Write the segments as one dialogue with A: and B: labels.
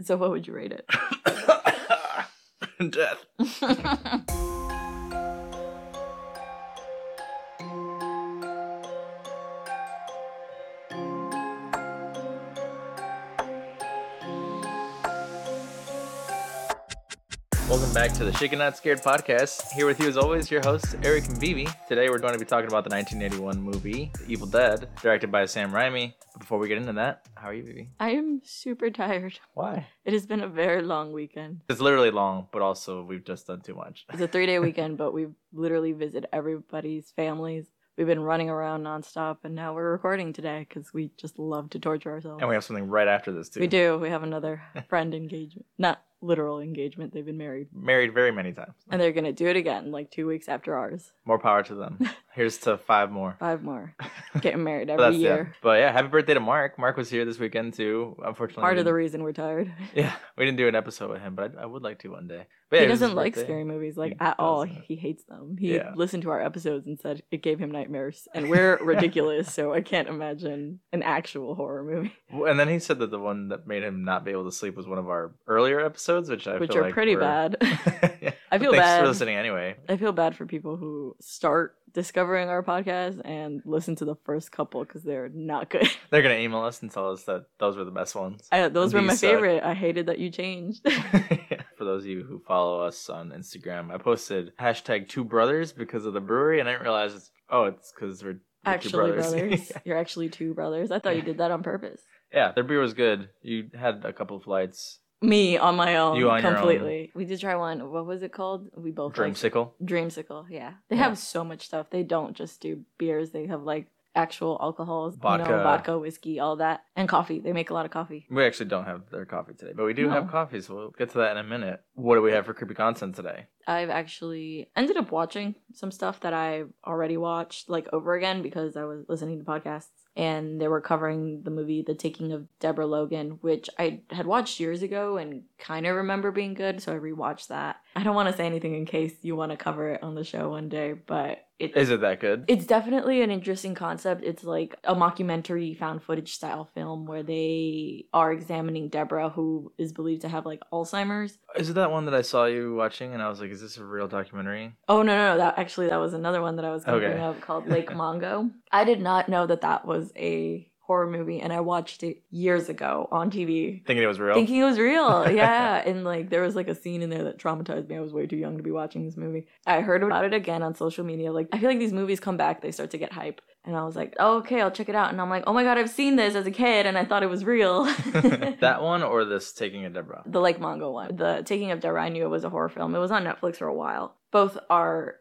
A: So what would you rate it?
B: Death. Welcome back to the Chicken Not Scared podcast. Here with you, as always, your hosts, Eric and Vivi. Today, we're going to be talking about the 1981 movie, The Evil Dead, directed by Sam Raimi. But before we get into that, how are you, Vivi?
A: I am super tired.
B: Why?
A: It has been a very long weekend.
B: It's literally long, but also we've just done too much.
A: It's a three day weekend, but we've literally visited everybody's families. We've been running around nonstop, and now we're recording today because we just love to torture ourselves.
B: And we have something right after this, too.
A: We do. We have another friend engagement, not literal engagement. They've been married,
B: Married very many times.
A: and they're gonna do it again like two weeks after ours.
B: More power to them. Here's to five more.
A: Five more, getting married
B: But
A: every
B: that's
A: year.
B: Yeah. But yeah, happy birthday to Mark. Mark was here this weekend too. Unfortunately,
A: Part
B: we
A: of the
B: didn't-
A: reason we're tired.
B: yeah, we didn't do an episode with him, but I, I would like to one day. But yeah,
A: he
B: it was his
A: doesn't like
B: birthday.
A: scary movies like
B: He
A: at all.
B: doesn't.
A: He hates them. He
B: Yeah.
A: listened to our episodes and said it gave him nightmares, and we're ridiculous, so I can't imagine an actual horror movie,
B: Well, And then he said that the one that made him not be able to sleep was one of our earlier episodes, which I
A: which
B: feel
A: are
B: like
A: pretty
B: were-
A: bad.
B: yeah.
A: I feel
B: Thanks
A: bad.
B: for listening anyway.
A: I feel bad for people who start discovering our podcast and listen to the first couple because they're not good.
B: They're gonna email us and tell us that those were the best ones.
A: I, those were
B: These
A: my
B: suck.
A: favorite. I hated that you changed.
B: For those of you who follow us on Instagram, I posted hashtag two brothers because of the brewery, and I didn't realize it's oh, it's because we're, we're
A: actually,
B: two
A: brothers,
B: brothers.
A: you're actually two brothers. I thought you did that on purpose.
B: Yeah, their beer was good. You had a couple flights.
A: Me on my own,
B: You on your own.
A: completely. We did try one. What was it called? We both liked it.
B: Dreamsicle.
A: Dreamsicle, yeah. They
B: Yeah.
A: have so much stuff. They don't just do beers. They have like actual alcohols, you
B: Vodka.
A: know, vodka, whiskey, all that, and coffee. They make a lot of coffee.
B: We actually don't have their coffee today, but we do
A: No.
B: have coffee, so we'll get to that in a minute. What do we have for creepy content today?
A: I've actually ended up watching some stuff that I already watched like over again because I was listening to podcasts and they were covering the movie The Taking of Deborah Logan, which I had watched years ago and kind of remember being good, so I rewatched that. I don't want to say anything in case you want to cover it on the show one day, but it
B: Is it that good?
A: It's definitely an interesting concept. It's like a mockumentary found footage style film where they are examining Deborah, who is believed to have like Alzheimer's.
B: Is it that one that I saw you watching and I was like, is this a real documentary?
A: Oh no, no, no! That actually that was another one that I was going to
B: Okay.
A: bring up called Lake Mongo. I did not know that that was a horror movie, and I watched it years ago on TV.
B: Thinking it was real?
A: Thinking it was real, yeah. and like there was like a scene in there that traumatized me. I was way too young to be watching this movie. I heard about it again on social media. Like I feel like these movies come back, they start to get hype, and I was like, oh, okay, I'll check it out. And I'm like, oh my god, I've seen this as a kid, and I thought it was real.
B: that one or this Taking a Deborah?
A: the Lake Mongo one, the Taking of Deborah, I knew it was a horror film. It was on Netflix for a while. Both are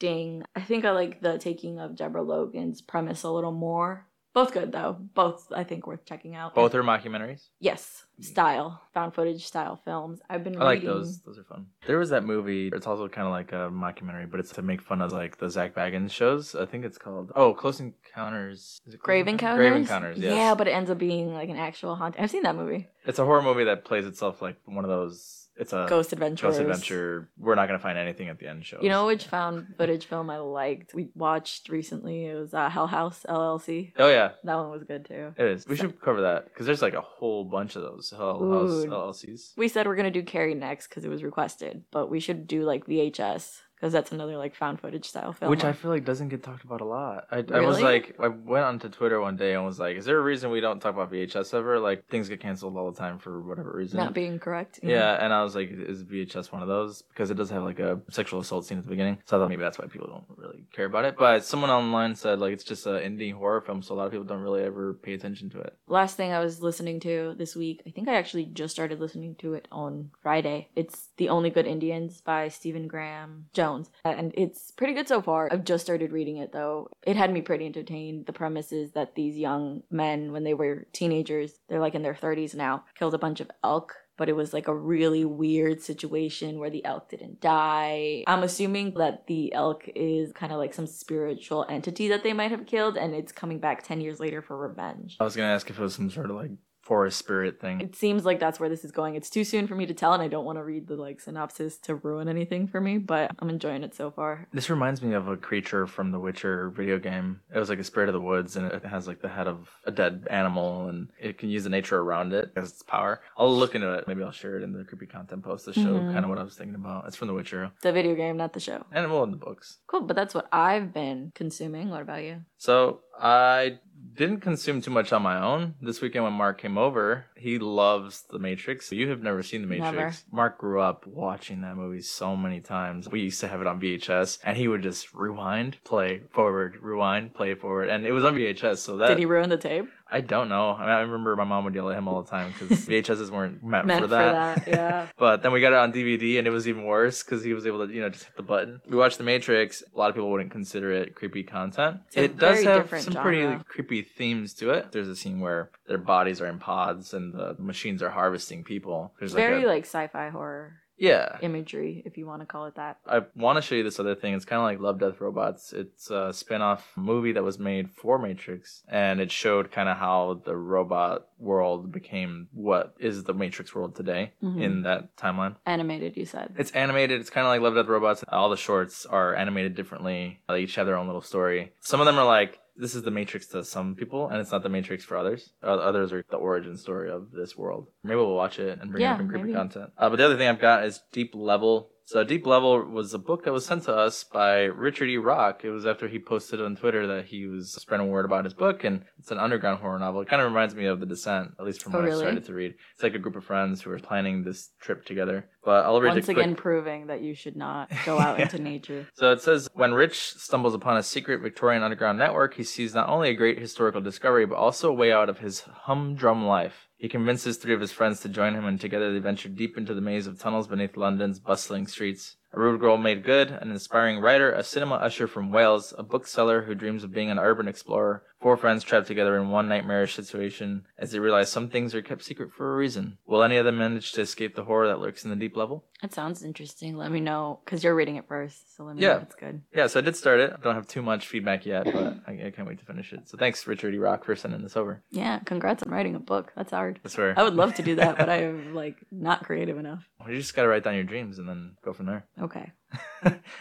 A: interesting. I think I like the Taking of Deborah Logan's premise a little more. Both good though. Both I think worth checking out.
B: Both are mockumentaries.
A: Yes, style, found footage style films. I've been
B: Mm. I like
A: reading.
B: those. Those are fun. There was that movie. It's also kind of like a mockumentary, but it's to make fun of like the Zach Baggins shows. I think it's called oh, Close Encounters. Is it Close
A: Grave Encounters.
B: Grave Encounters. Yes.
A: Yeah, but it ends up being like an actual haunting. I've seen that movie,
B: it's a horror movie that plays itself like one of those. It's a
A: Ghost Adventure.
B: Uh, ghost adventure. We're not gonna find anything at the end shows.
A: You know which found footage film I liked? We watched recently. It was uh, Hell House LLC.
B: Oh yeah,
A: That one was good too.
B: it is. We should cover that because there's like a whole bunch of those Hell House
A: Ooh.
B: LLCs.
A: We said we're gonna do Carrie next because it was requested, but we should do like VHS because that's another like found footage style film.
B: Which I feel like doesn't get talked about a lot. I, I was
A: Really?
B: like, I went onto Twitter one day and was like, is there a reason we don't talk about VHS ever? Like, things get canceled all the time for whatever reason.
A: not being correct.
B: yeah, and I was like, is VHS one of those? Because it does have like a sexual assault scene at the beginning. So I thought maybe that's why people don't really care about it. But someone online said, like, it's just an indie horror film, so a lot of people don't really ever pay attention to it.
A: last thing I was listening to this week, I think I actually just started listening to it on Friday. It's The Only Good Indians by Stephen Graham Jones. And it's pretty good so far. I've just started reading it though. It had me pretty entertained. The premise is that these young men, when they were teenagers, they're like in their 30s now, killed a bunch of elk. But it was like a really weird situation where the elk didn't die. I'm assuming that the elk is kind of like some spiritual entity that they might have killed, and it's coming back 10 years later for revenge.
B: I was going to ask if it was some sort of like forest spirit thing.
A: It seems like that's where this is going. It's too soon for me to tell, and I don't want to read the like synopsis to ruin anything for me. But I'm enjoying it so far.
B: This reminds me of a creature from the Witcher video game. It was like a spirit of the woods, and it has like the head of a dead animal, and it can use the nature around it as its power. I'll look into it. Maybe I'll share it in the creepy content post to show
A: Mhm.
B: kind of what I was thinking about. It's from the Witcher,
A: The video game, not the show.
B: and well in the books.
A: Cool, but that's what I've been consuming. What about you?
B: So I didn't consume too much on my own. This weekend when Mark came over, he loves The Matrix. You have never seen The Matrix.
A: Never.
B: Mark grew up watching that movie so many times. We used to have it on VHS and he would just rewind, play forward, rewind, play forward. And it was on VHS, so that
A: Did he ruin the tape?
B: I don't know. I, mean, I remember my mom would yell at him all the time because VHSs weren't meant,
A: Meant
B: for that.
A: for that, yeah.
B: but then we got it on DVD, and it was even worse because he was able to, you know, just hit the button. We watched The Matrix. A lot of people wouldn't consider it creepy content.
A: It's a
B: it does
A: very
B: have
A: different
B: some
A: genre.
B: pretty creepy themes to it. There's a scene where their bodies are in pods and the machines are harvesting people. There's like
A: Very
B: a,
A: like sci-fi horror
B: yeah.
A: imagery, if you want to call it that.
B: I want to show you this other thing. It's kind of like Love, Death, Robots. It's a spin-off movie that was made for Matrix, and it showed kind of how the robot world became what is the Matrix world today
A: Mhm.
B: in that timeline.
A: Animated, you said.
B: Mm-hmm. It's animated. It's kind of like Love, Death, Robots. All the shorts are animated differently. They each have their own little story. Some of them are like, this is the Matrix to some people, and it's not the Matrix for others. O- Others are the origin story of this world. Maybe we'll watch it and bring it
A: Yeah,
B: up in creepy
A: maybe.
B: content. Uh, but the other thing I've got is Deep Level. So Deep Level was a book that was sent to us by Richard E. Rock. It was after he posted on Twitter that he was spreading word about his book, and it's an underground horror novel. It kind of reminds me of The Descent, at least from
A: Oh,
B: what
A: really?
B: I started to read. It's like a group of friends who are planning this trip together. But I'll read
A: Once
B: a
A: again,
B: quick
A: proving that you should not go out
B: Yeah.
A: into nature.
B: so it says when Rich stumbles upon a secret Victorian underground network, he sees not only a great historical discovery, but also a way out of his humdrum life. He convinces three of his friends to join him, and together they venture deep into the maze of tunnels beneath London's bustling streets. A rude girl made good, an inspiring writer, a cinema usher from Wales, a bookseller who dreams of being an urban explorer. Four friends trapped together in one nightmarish situation as they realize some things are kept secret for a reason. Will any of them manage to escape the horror that lurks in the deep level?
A: That sounds interesting. Let me know because you're reading it first, so let me know
B: Yeah.
A: if it's good.
B: Yeah, so I did start it. I don't have too much feedback yet, but I, I can't wait to finish it. So thanks, Richard E. Rock, for sending this over.
A: Yeah, congrats on writing a book. That's hard.
B: I swear.
A: I would love to do that, but I am like not creative enough.
B: You just got to write down your dreams and then go from there.
A: Okay.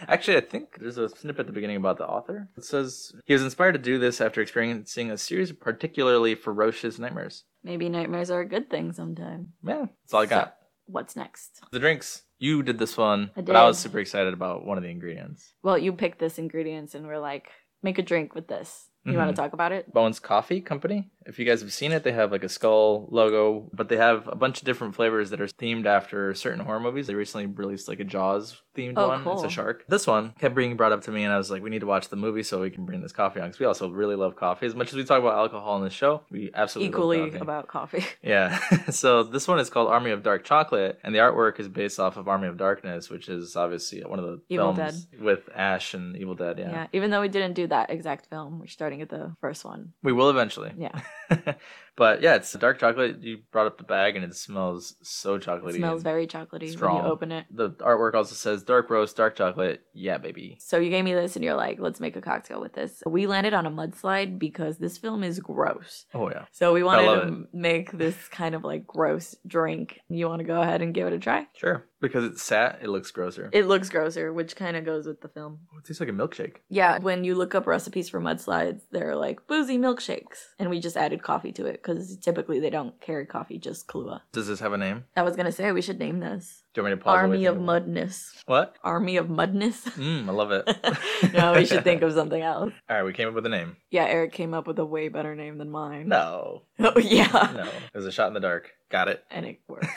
B: Actually, I think there's a snippet at the beginning about the author. It says he was inspired to do this after experiencing a series of particularly ferocious nightmares.
A: Maybe nightmares are a good thing sometime.
B: Yeah, that's all I got.
A: What's next?
B: The drinks. You did this one,
A: I
B: but I
A: did.
B: was super excited about one of the ingredients.
A: Well, you picked this ingredients and we're like, make a drink with this. You want
B: Mhm.
A: to talk about it?
B: Bones Coffee Company. If you guys have seen it, they have like a skull logo, but they have a bunch of different flavors that are themed after certain horror movies. They recently released like a Jaws themed
A: Oh,
B: one. It's
A: cool.
B: a shark. This one kept being brought up to me, and I was like, we need to watch the movie so we can bring this coffee on because we also really love coffee. As much as we talk about alcohol in this show, we absolutely love
A: Equally
B: coffee.
A: about coffee.
B: Yeah. so this one is called Army of Dark Chocolate, and the artwork is based off of Army of Darkness, which is obviously one of the
A: Evil
B: films with Ash and Evil Dead.
A: Yeah.
B: Yeah.
A: Even though we didn't do that exact film, we're starting at the first one.
B: We will eventually.
A: Yeah.
B: but yeah, it's dark chocolate. You brought up the bag, and it smells so chocolatey.
A: It smells very chocolatey
B: Strong.
A: when you open it.
B: The artwork also says dark roast, dark chocolate. Yeah, baby.
A: So you gave me this and you're like, let's make a cocktail with this. We landed on a mudslide because this film is gross.
B: Oh yeah.
A: So we wanted
B: love
A: to make this kind of like gross drink. You want to go ahead and give it a try?
B: Sure. Because it's sat, it looks grosser. It,
A: It looks grosser, which kind of goes with the film.
B: oh, it tastes like a milkshake.
A: Yeah, when you look up recipes for mudslides, they're like boozy milkshakes. And we just added coffee to it because typically they don't carry coffee, just Kahlua.
B: Does this have a name?
A: I was going to say we should name this
B: Do you want me to pause? while we
A: Army of
B: think it?
A: Mudness.
B: What?
A: Army of Mudness?
B: Mmm, I love it.
A: no, we should think of something else.
B: All right, we came up with a name.
A: Yeah, Eric came up with a way better name than mine.
B: No,
A: Oh, yeah.
B: no, it was a shot in the dark. Got it.
A: And it worked.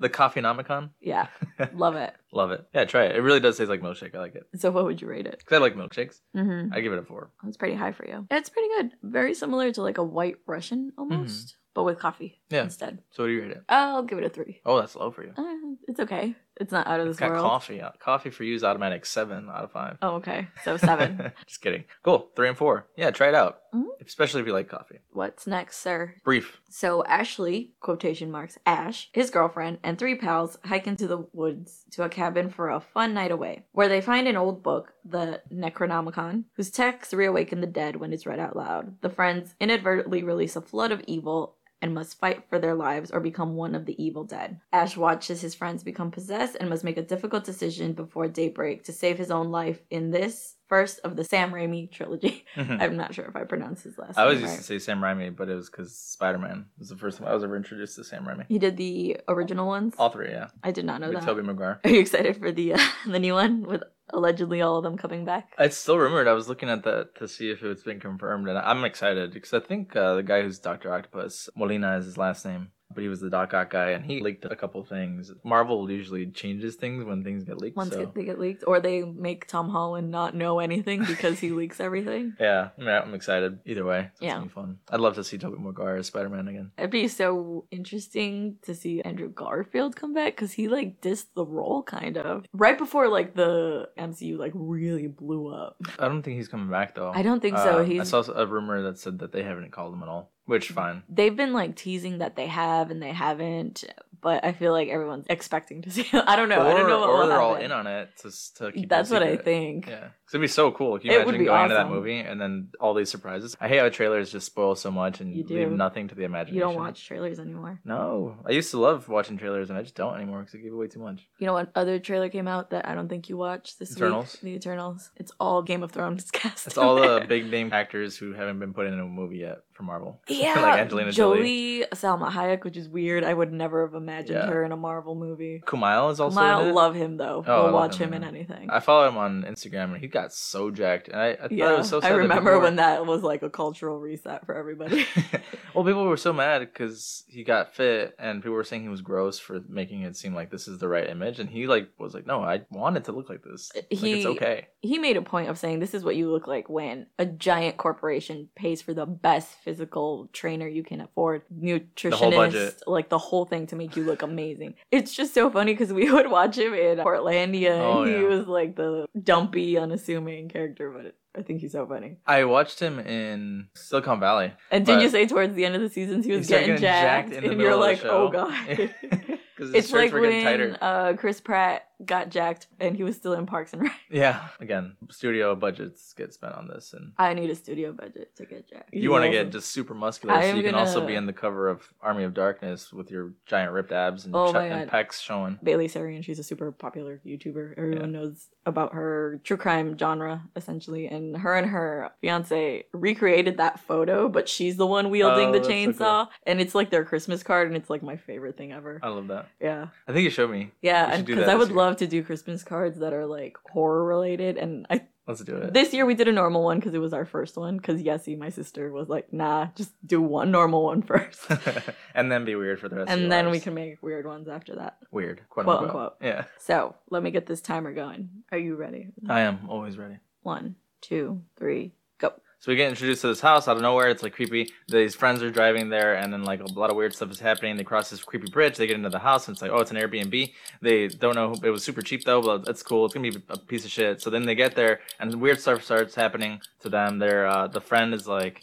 B: the coffee nomicon.
A: Yeah. Love it.
B: Love it. Yeah, try it. It really does taste like milkshake. I like it
A: So, what would you rate it?
B: because I like milkshakes.
A: Mm-hmm.
B: I give it a four.
A: That's pretty high for you. It's pretty good. Very similar to like a white Russian almost, but with coffee
B: Mm-hmm. Yeah.
A: instead.
B: So what do you rate it?
A: I'll give it a three.
B: Oh, that's low for you.
A: Uh, it's okay. It's not out of this
B: It's got
A: world.
B: coffee. Coffee for you is automatic seven out of five.
A: Oh, okay. So seven.
B: Just kidding. Cool. Three and four. Yeah, try it out.
A: Mhm.
B: Especially if you like coffee.
A: What's next, sir?
B: Brief.
A: So Ashley, quotation marks, Ash, his girlfriend, and three pals hike into the woods to a cabin for a fun night away, where they find an old book, the Necronomicon, whose texts reawaken the dead when it's read out loud. The friends inadvertently release a flood of evil and must fight for their lives or become one of the evil dead. Ash watches his friends become possessed and must make a difficult decision before daybreak to save his own life in this first of the Sam Raimi trilogy.
B: I
A: I'm not sure if I pronounced his last
B: Mm-hmm. always
A: name
B: used
A: right.
B: to say Sam Raimi, but it was because Spider Man was the first time I was ever introduced to Sam Raimi.
A: He did the original ones.
B: All three, yeah.
A: I did not know
B: With
A: that.
B: Tobey Maguire.
A: Are you excited for the uh, the new one with allegedly all of them coming back?
B: It's still rumored. I was looking at that to see if it's been confirmed, and I'm excited because I think uh, the guy who's Doctor Octopus, Molina is his last name, but he was the Doc Ock guy, and he leaked a couple things. Marvel usually changes things when things get leaked.
A: Once
B: so.
A: they get leaked, or they make Tom Holland not know anything because he leaks everything.
B: yeah, I mean, I'm excited either way. It's
A: Yeah.
B: gonna be fun. I'd love to see Tobey Maguire as Spider Man again.
A: It'd be so interesting to see Andrew Garfield come back because he like dissed the role kind of right before like the MCU like really blew up.
B: I don't think he's coming back though.
A: I don't think so.
B: Um, I
A: He's Mm.
B: saw a rumor that said that they haven't called him at all, which fine.
A: they've been like teasing that they have and they haven't, but I feel like everyone's expecting to see. Him. I don't know.
B: or
A: I don't know what
B: or
A: will
B: they're all
A: happen.
B: in on it to, s- to keep. it a
A: That's what I
B: secret.
A: think.
B: Yeah, 'Cause it'd be so cool. Can you
A: It would
B: imagine
A: be
B: going to that
A: awesome.
B: movie and then all these surprises? I hate how trailers just spoil so much and
A: You
B: leave
A: do.
B: nothing to the imagination.
A: You don't watch trailers anymore.
B: No, I used to love watching trailers and I just don't anymore because I give away too much.
A: You know what other trailer came out that I don't think you watched this
B: Eternals?
A: week? The Eternals. It's all Game of Thrones cast.
B: It's
A: in
B: all uh, the
A: there.
B: big name actors who haven't been put in a movie yet for Marvel.
A: yeah,
B: like Angelina Jolie.
A: Jolie, Salma Hayek, which is weird. I would never have imagined
B: Yeah.
A: her in a Marvel movie.
B: Kumail is also.
A: I
B: in it.
A: love him though.
B: Oh, I
A: we'll
B: love
A: watch
B: him,
A: him, in
B: yeah.
A: anything.
B: I follow him on Instagram and he got so jacked, and I, I thought it
A: yeah,
B: was so sad.
A: I
B: that
A: remember
B: people were-
A: when that was like a cultural reset for everybody.
B: well, people were so mad because he got fit, and people were saying he was gross for making it seem like this is the right image, and he like was like, "No, I want it to look like this. Like, it's
A: He-
B: okay."
A: he made a point of saying this is what you look like when a giant corporation pays for the best physical trainer you can afford nutritionist
B: budget.
A: like the whole thing to make you look amazing it's just so funny because we would watch him in portlandia and
B: Oh,
A: he
B: yeah.
A: was like the dumpy unassuming character but i think he's so funny
B: I watched him in Silicon Valley.
A: and didn't
B: But-
A: you say towards the end of the seasons he was
B: started
A: getting, jacked, and you're
B: middle
A: like
B: of the
A: oh
B: show.
A: god
B: 'Cause his
A: it's
B: shirts
A: like
B: were getting
A: when
B: tighter.
A: uh, chris pratt got jacked and he was still in parks and rec
B: Yeah, again, studio budgets get spent on this, and
A: i need a studio budget to get jacked
B: you want to
A: He's
B: get
A: awesome.
B: just super muscular,
A: I
B: so
A: am
B: you can also
A: gonna-
B: be in the cover of Army of Darkness with your giant ripped abs and,
A: Oh
B: chu-
A: my
B: and pecs showing.
A: Bailey Sarian. She's a super popular YouTuber. Everyone knows about her true crime genre, essentially. And her and her fiance recreated that photo, but she's the one wielding
B: Oh,
A: the
B: that's so cool.
A: chainsaw. And it's like their Christmas card, and it's like my favorite thing ever.
B: I love that.
A: yeah.
B: I think you showed me. We
A: Yeah.
B: should
A: And
B: do
A: because I
B: that this
A: would
B: year.
A: love to do Christmas cards that are like horror related. And I
B: Let's do it.
A: this year we did a normal one because it was our first one. Because Yessie, my sister, was like, nah, just do one normal one first.
B: and then be weird for the rest. of
A: and
B: your
A: then we
B: lives.
A: can make weird ones after that.
B: weird, quote,
A: Quote,
B: unquote. Yeah,
A: So let me get this timer going. Are you ready?
B: I am always ready.
A: One, two, three, go.
B: So we get introduced to this house out of nowhere. It's like creepy. These friends are driving there, and then like a lot of weird stuff is happening. They cross this creepy bridge. They get into the house, and it's like, oh, it's an Airbnb. They don't know. It was super cheap though, but that's cool. It's gonna be a piece of shit. So then they get there, and weird stuff starts happening to them. Their uh, the friend is like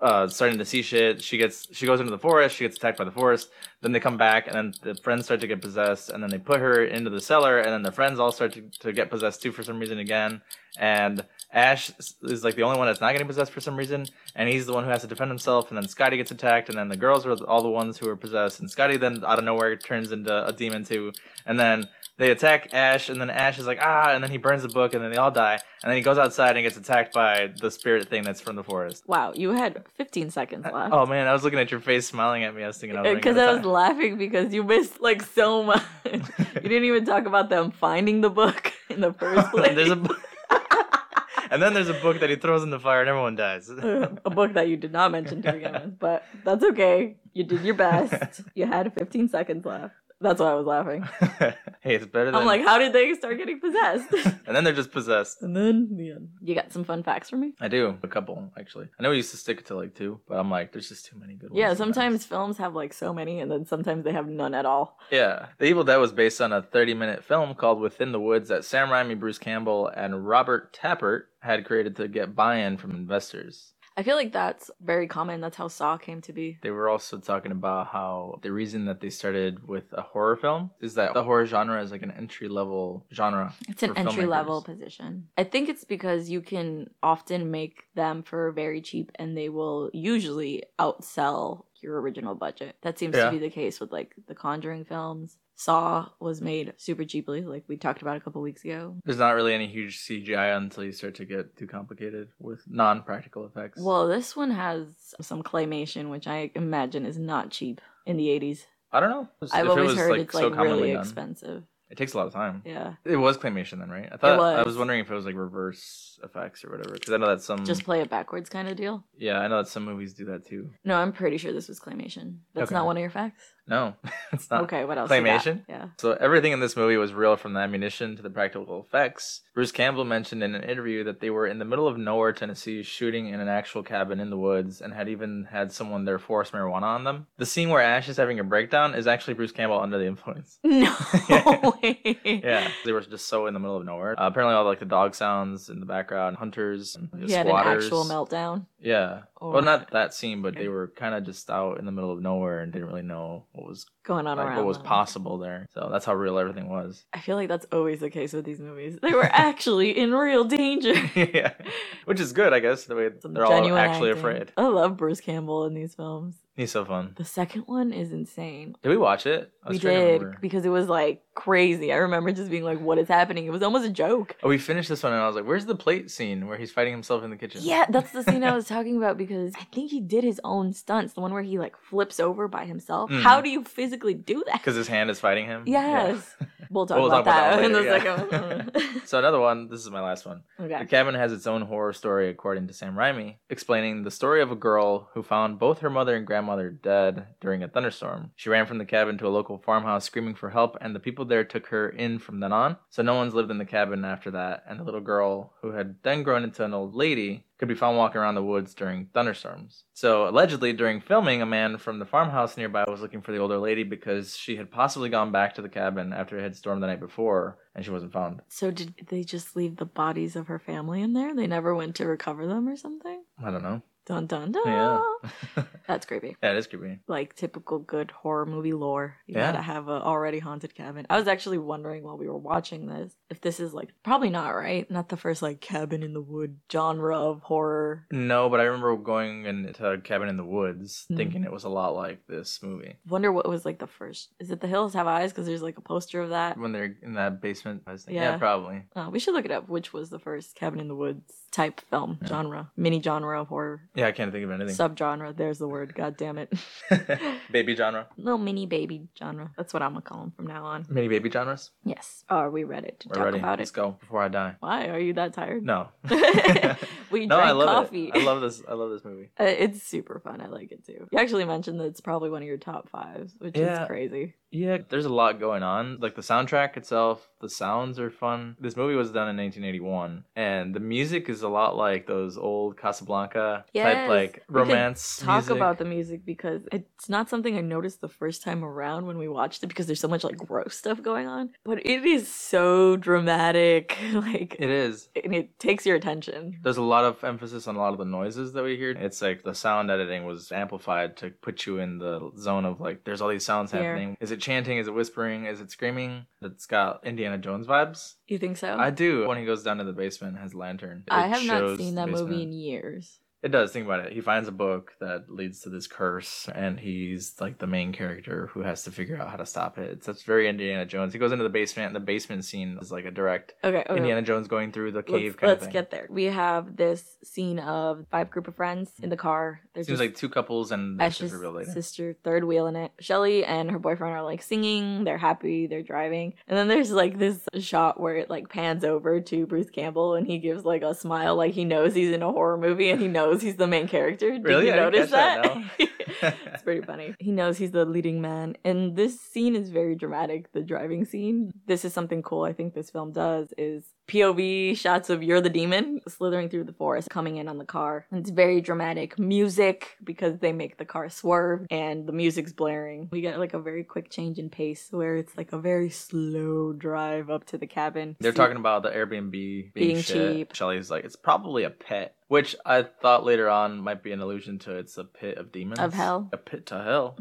B: uh, starting to see shit. She gets she goes into the forest. She gets attacked by the forest. Then they come back, and then the friends start to get possessed. And then they put her into the cellar, and then the friends all start to, to get possessed too for some reason again. And Ash is- is like the only one that's not getting possessed for some reason, and he's the one who has to defend himself. And then Scotty gets attacked, and then the girls are all the ones who are possessed. And Scotty then out of nowhere turns into a demon too. And then they attack Ash, and then Ash is like ah, and then he burns the book, and then they all die. And then he goes outside and gets attacked by the spirit thing that's from the forest.
A: Wow, you had 15 seconds left.
B: Oh man, I was looking at your face, smiling at me. I was thinking I was
A: Uh, Because I was laughing because you missed like so much. you didn't even talk about them finding the book in the first place.
B: there's a bu- and then there's a book that he throws in the fire and everyone dies.
A: a book that you did not mention to begin with, but that's okay. You did your best. You had 15 seconds left. That's why I was laughing.
B: hey, it's better than.
A: I'm like, how did they start getting possessed?
B: and then they're just possessed.
A: and then the end. You got some fun facts for me?
B: I do a couple actually. I know we used to stick it to like two, but I'm like, there's just too many good ones.
A: Yeah, sometimes films have like so many, and then sometimes they have none at all.
B: Yeah, The Evil Dead was based on a 30-minute film called Within the Woods that Sam Raimi, Bruce Campbell, and Robert Tappert had created to get buy-in from investors.
A: I feel like that's very common. That's how Saw came to be.
B: They were also talking about how the reason that they started with a horror film is that the horror genre is like an entry level genre.
A: It's an
B: for
A: entry level
B: filmmakers.
A: position. I think it's because you can often make them for very cheap and they will usually outsell your original budget. That seems
B: Yeah.
A: to be the case with like the Conjuring films. Saw was made super cheaply, like we talked about a couple weeks ago.
B: There's not really any huge CGI until you start to get too complicated with non-practical effects.
A: Well, this one has some claymation, which I imagine is not cheap in the 80s.
B: I don't know. If
A: I've
B: it
A: always
B: was,
A: heard it's
B: so
A: like
B: commonly
A: really
B: done.
A: expensive.
B: It takes a lot of time.
A: Yeah.
B: It was claymation then, right? I thought I
A: was.
B: was wondering if it was like reverse effects or whatever because I know that some
A: Just play it backwards kind of deal.
B: yeah I know that some movies do that too.
A: No, I'm pretty sure this was claymation. That's
B: Okay.
A: not one of your facts.
B: No, it's not.
A: okay, what else? you got?
B: claymation?
A: Yeah.
B: So everything in this movie was real from the ammunition to the practical effects. Bruce Campbell mentioned in an interview that they were in the middle of nowhere, Tennessee, shooting in an actual cabin in the woods and had even had someone there force marijuana on them. The scene where Ash is having a breakdown is actually Bruce Campbell under the influence.
A: No
B: Yeah.
A: way.
B: Yeah, they were just so in the middle of nowhere. Uh, apparently, all like the dog sounds in the background, hunters, and,
A: He had an
B: squatters.
A: actual meltdown.
B: Yeah,
A: Or
B: well, not that scene, but they were kind of just out in the middle of nowhere and didn't really know what was
A: going on
B: like,
A: around.
B: what was
A: them.
B: possible there. So that's how real everything was.
A: I feel like that's always the case with these movies. They were actually in real danger.
B: yeah, which is good, I guess. The way
A: Some
B: they're all
A: genuine
B: actually
A: acting.
B: afraid.
A: I love Bruce Campbell in these films.
B: He's so fun.
A: The second one is insane.
B: Did we watch it? I
A: We
B: was trying to
A: did
B: remember.
A: because it was like crazy. I remember just being like, "What is happening?" It was almost a joke.
B: Oh, we finished this one, and I was like, "Where's the plate scene where he's fighting himself in the kitchen?"
A: Yeah, that's the scene I was talking about because I think he did his own stunts. The one where he like flips over by himself.
B: Mhm.
A: How do you physically do that?
B: because his hand is fighting him. Yeah.
A: Yes. We'll talk
B: We'll
A: about that,
B: talk
A: in
B: about
A: a
B: that later,
A: second.
B: So another one. This is my last one. The
A: okay.
B: cabin has its own horror story, according to Sam Raimi, explaining the story of a girl who found both her mother and grandmother dead during a thunderstorm. She ran from the cabin to a local farmhouse screaming for help, and the people there took her in from then on. So no one's lived in the cabin after that, and the little girl, who had then grown into an old lady, could be found walking around the woods during thunderstorms. So allegedly, during filming, a man from the farmhouse nearby was looking for the older lady because she had possibly gone back to the cabin after it had stormed the night before, and she wasn't found.
A: So did they just leave the bodies of her family in there? They never went to recover them or something?
B: I don't know.
A: Dun dun dun.
B: Yeah.
A: That's creepy.
B: Yeah, it is creepy.
A: Like typical good horror movie lore. You
B: Yeah.
A: gotta have a already haunted cabin. I was actually wondering while we were watching this if this is like probably not right. Not the first like cabin in the wood genre of horror.
B: No, but I remember going into a cabin in the woods
A: Mm.
B: thinking it was a lot like this movie.
A: Wonder what was like the first. Is it The Hills Have Eyes? Because there's like a poster of that.
B: When they're in that basement, I was thinking, yeah,
A: Yeah.
B: probably.
A: Uh, we should look it up. Which was the first Cabin in the Woods type film
B: Yeah.
A: genre, mini genre of horror,
B: Yeah, I can't think of anything.
A: subgenre. There's the word. God damn it.
B: baby genre.
A: Little mini baby genre. That's what I'm gonna call them from now on.
B: Many baby genres.
A: Yes. Oh, Are we ready to
B: We're
A: talk
B: ready.
A: about
B: Let's
A: it?
B: go before I die.
A: Why are you that tired?
B: No.
A: we
B: no,
A: drank
B: I love
A: coffee.
B: it. I love this. I love this movie.
A: Uh, it's super fun. I like it too. You actually mentioned that it's probably one of your top fives, which
B: Yeah.
A: is crazy.
B: Yeah, there's a lot going on. Like the soundtrack itself, the sounds are fun. This movie was done in 1981, and the music is a lot like those old Casablanca type
A: Yes.
B: like
A: We could
B: romance.
A: Talk
B: music.
A: about the music because it's not something I noticed the first time around when we watched it because there's so much like gross stuff going on, but it is so dramatic. Like,
B: It is.
A: and it takes your attention.
B: There's a lot of emphasis on a lot of the noises that we hear. It's like the sound editing was amplified to put you in the zone of like, there's all these sounds
A: Here.
B: happening. Is it chanting? Is it whispering? Is it screaming? It's got Indiana Jones vibes.
A: You think so?
B: I do. When he goes down to the basement and has lantern.
A: Um, I
B: it
A: have not
B: shows
A: seen
B: the
A: that movie
B: basement.
A: in years.
B: It does. Think about it. He finds a book that leads to this curse, and he's like the main character who has to figure out how to stop it. It's that's very Indiana Jones. He goes into the basement, and the basement scene is like a direct
A: Okay, okay.
B: Indiana Jones going through the cave
A: Oh, let's,
B: kind
A: let's
B: of thing.
A: get there. We have this scene of five group of friends in the car. There's
B: Seems
A: just
B: like two couples and their
A: Ash's
B: sister real later.
A: sister, third wheel in it. Shelly and her boyfriend are like singing, they're happy, they're driving. And then there's like this shot where it like pans over to Bruce Campbell and he gives like a smile like he knows he's in a horror movie and he knows he's the main character. Did
B: Really?
A: you
B: I didn't
A: notice
B: catch
A: that? it's pretty funny. He knows he's the leading man. And this scene is very dramatic, the driving scene. This is something cool I think this film does is POV shots of you're the demon slithering through the forest, coming in on the car. And it's very dramatic music because they make the car swerve and the music's blaring. We get like a very quick change in pace where it's like a very slow drive up to the cabin.
B: They're
A: See-
B: talking about the Airbnb being,
A: Being
B: shit.
A: cheap.
B: Shelly's like, it's probably a pet, which I thought later on might be an allusion to it's a pit of demons
A: Of hell.
B: a pit to hell.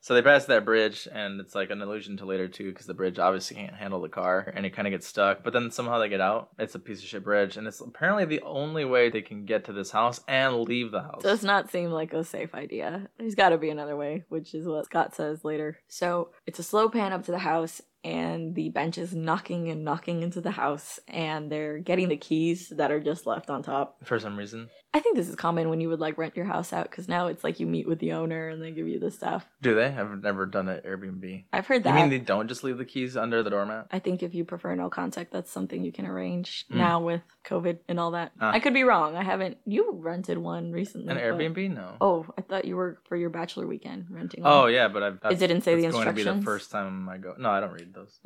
B: so they pass that bridge, and it's like an allusion to later too, because the bridge obviously can't handle the car, and it kind of gets stuck. But then somehow they get out. It's a piece of shit bridge, and it's apparently the only way they can get to this house and leave the house.
A: Does not seem like a safe idea. There's got to be another way, which is what Scott says later. So it's a slow pan up to the house, and the bench is knocking and knocking into the house, and they're getting the keys that are just left on top.
B: for some reason,
A: I think this is common when you would like rent your house out because now it's like you meet with the owner and they give you the stuff.
B: do they? I've never done an Airbnb.
A: I've heard
B: You
A: that.
B: mean they don't just leave the keys under the doormat?
A: I think if you prefer no contact, that's something you can arrange
B: Mm.
A: now with COVID and all that.
B: Ah.
A: I could be wrong. I haven't. You rented one recently.
B: An
A: but-
B: Airbnb? No.
A: Oh, I thought you were for your bachelor weekend renting. one.
B: Oh, yeah, but I've.
A: It didn't say the
B: that's going to be the
A: instructions?
B: first time I go. No, I don't read those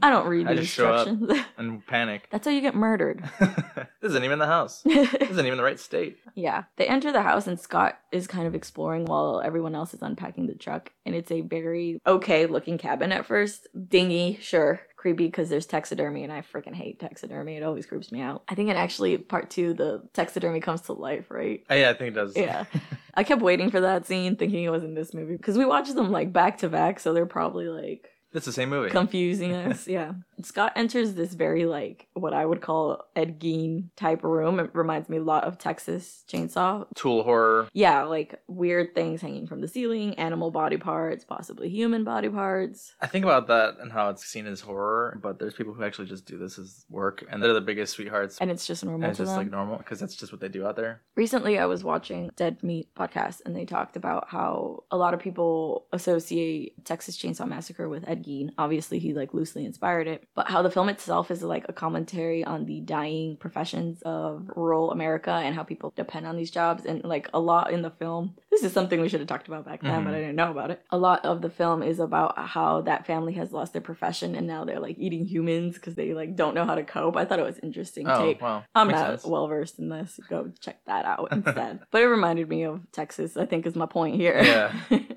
A: I don't read
B: I
A: the
B: just show up.
A: instructions.
B: and panic.
A: That's how you get murdered.
B: this isn't even the house. This isn't even the right state.
A: yeah. They enter the house and Scott is kind of exploring while everyone else is unpacking the truck. And it's a very okay looking cabin at first. Dingy, sure. Creepy because there's taxidermy and I freaking hate taxidermy. It always creeps me out. I think it actually, part two, the taxidermy comes to life, right?
B: Oh, yeah, I think it does.
A: Yeah. I kept waiting for that scene thinking it was in this movie because we watched them like back to back. So they're probably like
B: It's the same movie.
A: confusing us. Yeah. Scott enters this very like what I would call Ed Gein type room. It reminds me a lot of Texas Chainsaw.
B: Tool horror.
A: Yeah, like weird things hanging from the ceiling, animal body parts, possibly human body parts.
B: I think about that and how it's seen as horror, but there's people who actually just do this as work, and they're the biggest sweethearts.
A: And it's just normal
B: And it's
A: to
B: just
A: them.
B: like normal because that's just what they do out there.
A: Recently, I was watching Dead Meat podcast, and they talked about how a lot of people associate Texas Chainsaw Massacre with Ed Gein. Obviously, he like loosely inspired it, but how the film itself is like a commentary on the dying professions of rural America and how people depend on these jobs. And like a lot in the film, this is something we should have talked about back then, but
B: Mhm.
A: I didn't know about it. A lot of the film is about how that family has lost their profession and now they're like eating humans because they like don't know how to cope. I thought it was interesting
B: Oh,
A: take.
B: wow.
A: I'm
B: Makes
A: not
B: sense.
A: well versed in this. Go check that out instead. but it reminded me of Texas, I think is my point here.
B: Yeah.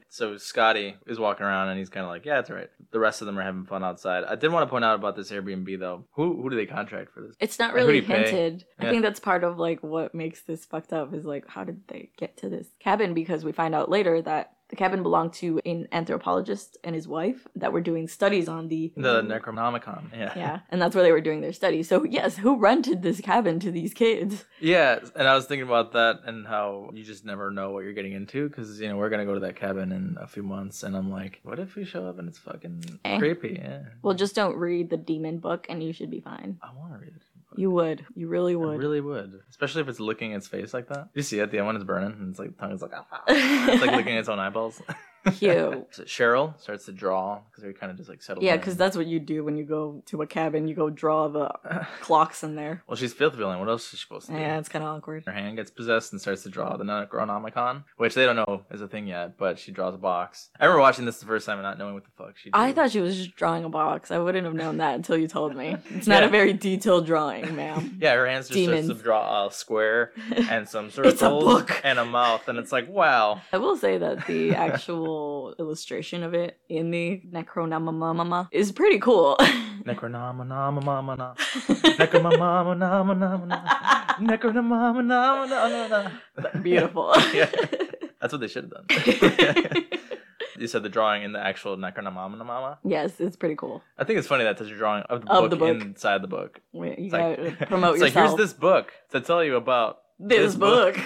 B: So Scotty is walking around and he's kind of like, yeah, it's all right. The rest of them are having fun outside. I did want to point out about this Airbnb though. Who who do they contract for this?
A: it's not
B: Who do
A: really
B: you pay?
A: hinted. I
B: Yeah.
A: think that's part of like what makes this fucked up is like how did they get to this cabin because we find out later that the cabin belonged to an anthropologist and his wife that were doing studies on the
B: The Necronomicon. Yeah.
A: yeah, and that's where they were doing their studies. So yes, who rented this cabin to these kids?
B: Yeah, and I was thinking about that and how you just never know what you're getting into because you know we're gonna go to that cabin in a few months, and I'm like, what if we show up and it's fucking
A: Eh.
B: creepy? Yeah,
A: Well, just don't read the demon book, and you should be fine.
B: I want to read it.
A: You would, you really
B: I
A: would.
B: really would, especially if it's licking its face like that. You see, at the end when it's burning, and it's like the tongue is like, ah, ah, ah. it's like licking its own eyeballs.
A: Cute.
B: So Cheryl starts to draw because they kind of just like settled.
A: Yeah,
B: in.
A: because that's what you do when you go to a cabin. You go draw the clocks in there.
B: well, she's filth villain. What else is she supposed to do?
A: Yeah, it's kind of awkward.
B: Her hand gets possessed and starts to draw the Necronomicon, which they don't know is a thing yet, but she draws a box. I remember watching this the first time and not knowing what the fuck she did.
A: I thought she was just drawing a box. I wouldn't have known that until you told me. It's not a
B: Yeah.
A: very detailed drawing, ma'am.
B: Yeah, her hands just starts to
A: Demons.
B: draw a square and some circles
A: It's a book.
B: and a mouth, and it's like, wow.
A: I will say that the actual illustration of it in the Necronomamama is pretty cool.
B: Necronomicon. Necronomicon.
A: Beautiful.
B: Yeah. That's what they should have done. you said the drawing in the actual Necronomicon.
A: yes, it's pretty cool.
B: I think it's funny that there's a drawing of the,
A: Of
B: book,
A: the book.
B: inside the book.
A: You
B: It's
A: gotta
B: like,
A: promote
B: it's like,
A: yourself.
B: here's this book to tell you about
A: this,
B: this
A: book.
B: book.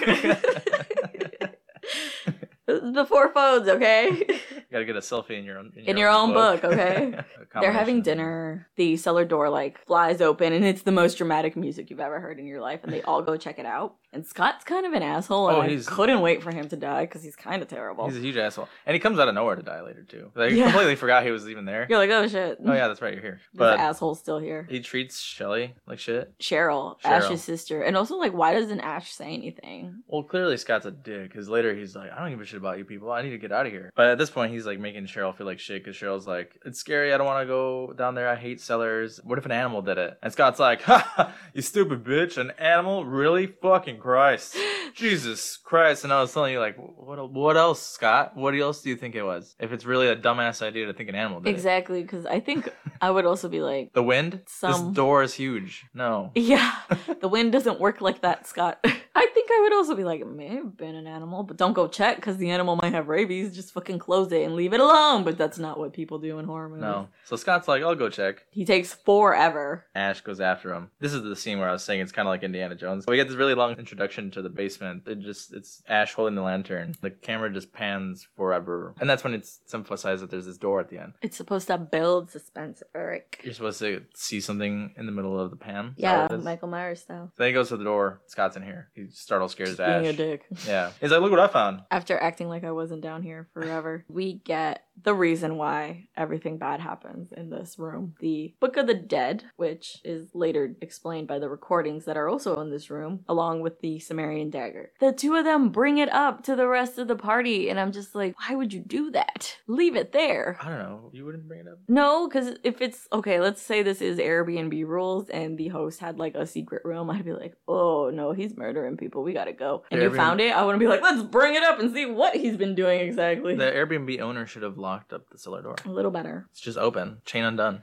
A: the four phones, okay?
B: You gotta get a selfie in your own
A: In your own book, okay?
B: A
A: They're having
B: combination.
A: dinner. The cellar door like flies open, and it's the most dramatic music you've ever heard in your life. And they all go check it out. And Scott's kind of an asshole, and
B: Oh,
A: I
B: he's-
A: couldn't wait for him to die because he's kind of terrible.
B: He's a huge asshole, and he comes out of nowhere to die later too. Like, I
A: Yeah.
B: completely forgot he was even there.
A: You're like, oh shit,
B: Oh yeah, that's right, you're here.
A: this
B: But
A: asshole's still here.
B: he treats Shelly like shit.
A: Cheryl,
B: Cheryl.
A: Ash's sister, and also like, why doesn't Ash say anything?
B: Well, clearly Scott's a dick because later he's like, I don't give a shit about you people. I need to get out of here. But at this point, he's like making Cheryl feel like shit because Cheryl's like, it's scary. I don't want to go down there. I hate cellars. What if an animal did it? And Scott's like, ha, you stupid bitch. An animal? Really? Fucking Christ. Jesus Christ. And I was telling you, like, what, what else, Scott? What else do you think it was? If it's really a dumbass idea to think an animal did it.
A: Exactly, because I think I would also be like,
B: The wind?
A: Some-
B: This door is huge. No.
A: yeah, the wind doesn't work like that, Scott. I think I would also be like, it may have been an animal, but don't go check because the animal might have rabies. Just fucking close it and leave it alone. But that's not what people do in horror movies.
B: No. So Scott's like, I'll go check.
A: He takes forever.
B: Ash goes after him. This is the scene where I was saying it's kind of like Indiana Jones. We get this really long introduction to the basement. It just it's Ash holding the lantern. The camera just pans forever, and that's when it's, it's emphasized that there's this door at the end.
A: It's supposed to build suspense, Eric.
B: You're supposed to see something in the middle of the pan. Is that
A: Yeah,
B: what it is?
A: Michael Myers style.
B: So then he goes to the door. Scott's in here. He startle scares
A: Just being a
B: Ash.
A: dick.
B: Yeah, he's like, look what I found.
A: After acting like I wasn't down here forever, we get the reason why everything bad happens in this room. The Book of the Dead, which is later explained by the recordings that are also in this room, along with the Sumerian dagger. The two of them bring it up to the rest of the party, and I'm just like, why would you do that? Leave it there.
B: I don't know. You wouldn't bring it up.
A: No, because if it's okay, let's say this is Airbnb rules and the host had like a secret room, I'd be like, oh no, he's murdering people. We gotta go. And
B: Airbnb
A: you found it, I wouldn't be like, let's bring it up and see what he's been doing exactly.
B: The Airbnb owner should have locked up the cellar door.
A: a little better.
B: It's just open, chain undone.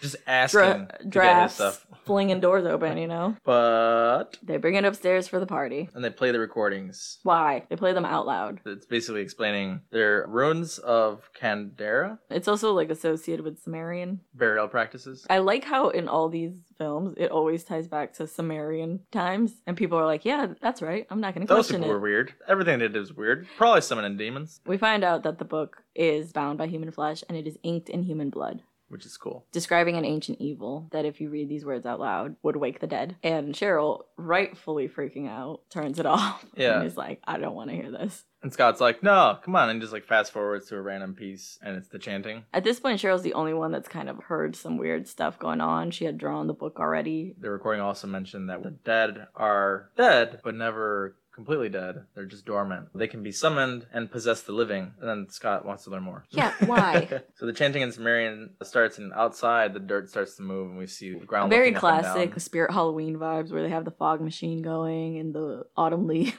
B: just asking
A: Dra-
B: to get his
A: drafts,
B: stuff.
A: flinging doors open, you know?
B: But
A: They bring it upstairs for the party.
B: and they play the recordings.
A: Why? They play them out loud.
B: It's basically explaining their ruins of Candera
A: It's also like associated with Sumerian.
B: burial practices.
A: I like how in all these films it always ties back to Sumerian times, and people are like, "Yeah, that's right. I'm not going to
B: Those
A: question
B: people
A: it."
B: were weird. Everything they did was weird. Probably summoning demons,
A: We find out that the book is bound by human flesh and it is inked in human blood,
B: which is cool.
A: describing an ancient evil that, if you read these words out loud, would wake the dead. And Cheryl, rightfully freaking out, turns it off
B: Yeah.
A: and is like, I don't want to hear this.
B: And Scott's like, "No, come on!" and just like fast forwards to a random piece, and it's the chanting.
A: At this point, Cheryl's the only one that's kind of heard some weird stuff going on. She had drawn the book already.
B: The recording also mentioned that the dead are dead, but never completely dead. They're just dormant. They can be summoned and possess the living. And then Scott wants to learn more.
A: Yeah, why?
B: so the chanting in Sumerian starts, and outside the dirt starts to move, and we see the ground.
A: Very
B: lifting up and down.
A: classic Spirit Halloween vibes where they have the fog machine going and the autumn leaves,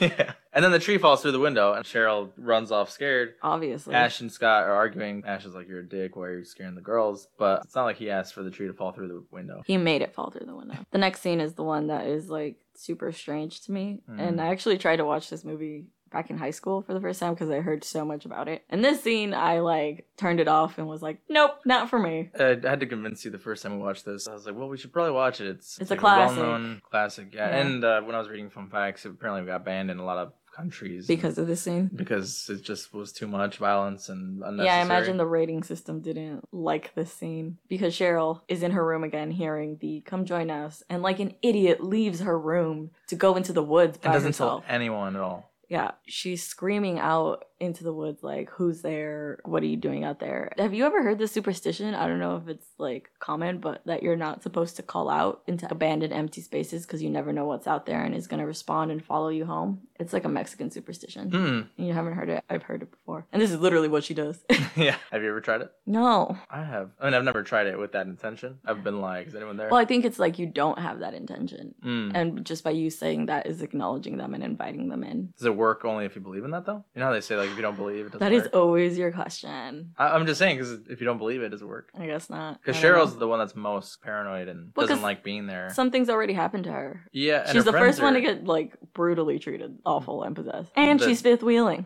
B: yeah. And then the tree falls through the window, and Cheryl runs off scared.
A: obviously.
B: Ash and Scott are arguing. Ash is like, You're a dick. Why are you scaring the girls? But it's not like he asked for the tree to fall through the window.
A: He made it fall through the window. The next scene is the one that is like super strange to me.
B: Mm.
A: And I actually tried to watch this movie back in high school for the first time because I heard so much about it. And this scene, I like turned it off and was like, nope, not for me.
B: I I had to convince you the first time we watched this. I was like, Well, we should probably watch it. It's,
A: It's a
B: like
A: classic.
B: well-known classic. Yeah.
A: Yeah.
B: And uh, when I was reading Fun Facts, it apparently got banned in a lot of countries.
A: Because of this scene.
B: because it just was too much violence and unnecessary.
A: Yeah, I imagine the rating system didn't like this scene because Cheryl is in her room again hearing the come join us and like an idiot leaves her room to go into the woods by
B: And doesn't
A: herself.
B: tell anyone at all.
A: Yeah, she's screaming out into the woods, like, who's there? What are you doing out there? Have you ever heard this superstition? I don't know if it's like common, but that you're not supposed to call out into abandoned empty spaces because you never know what's out there and is going to respond and follow you home. It's like a Mexican superstition.
B: Hmm.
A: You haven't heard it? I've heard it before. And this is literally what she does.
B: yeah. Have you ever tried it?
A: no.
B: I have. I mean, I've never tried it with that intention. I've been like, Is anyone there?
A: Well, I think it's like you don't have that intention.
B: Mm.
A: And just by you saying that is acknowledging them and inviting them in.
B: Does it work only if you believe in that though? You know how they say like if you don't believe it doesn't.
A: That
B: work?
A: is always your question.
B: I- I'm just saying because if you don't believe it, it doesn't work.
A: I guess not.
B: Because
A: I don't know.
B: Cheryl's the one that's most paranoid and
A: Well,
B: doesn't
A: 'cause
B: like being there.
A: Something's already happened to her.
B: yeah, and
A: she's
B: her
A: the
B: friends
A: first one
B: are-
A: to get like brutally treated, awful and possessed, and
B: The-
A: she's fifth wheeling.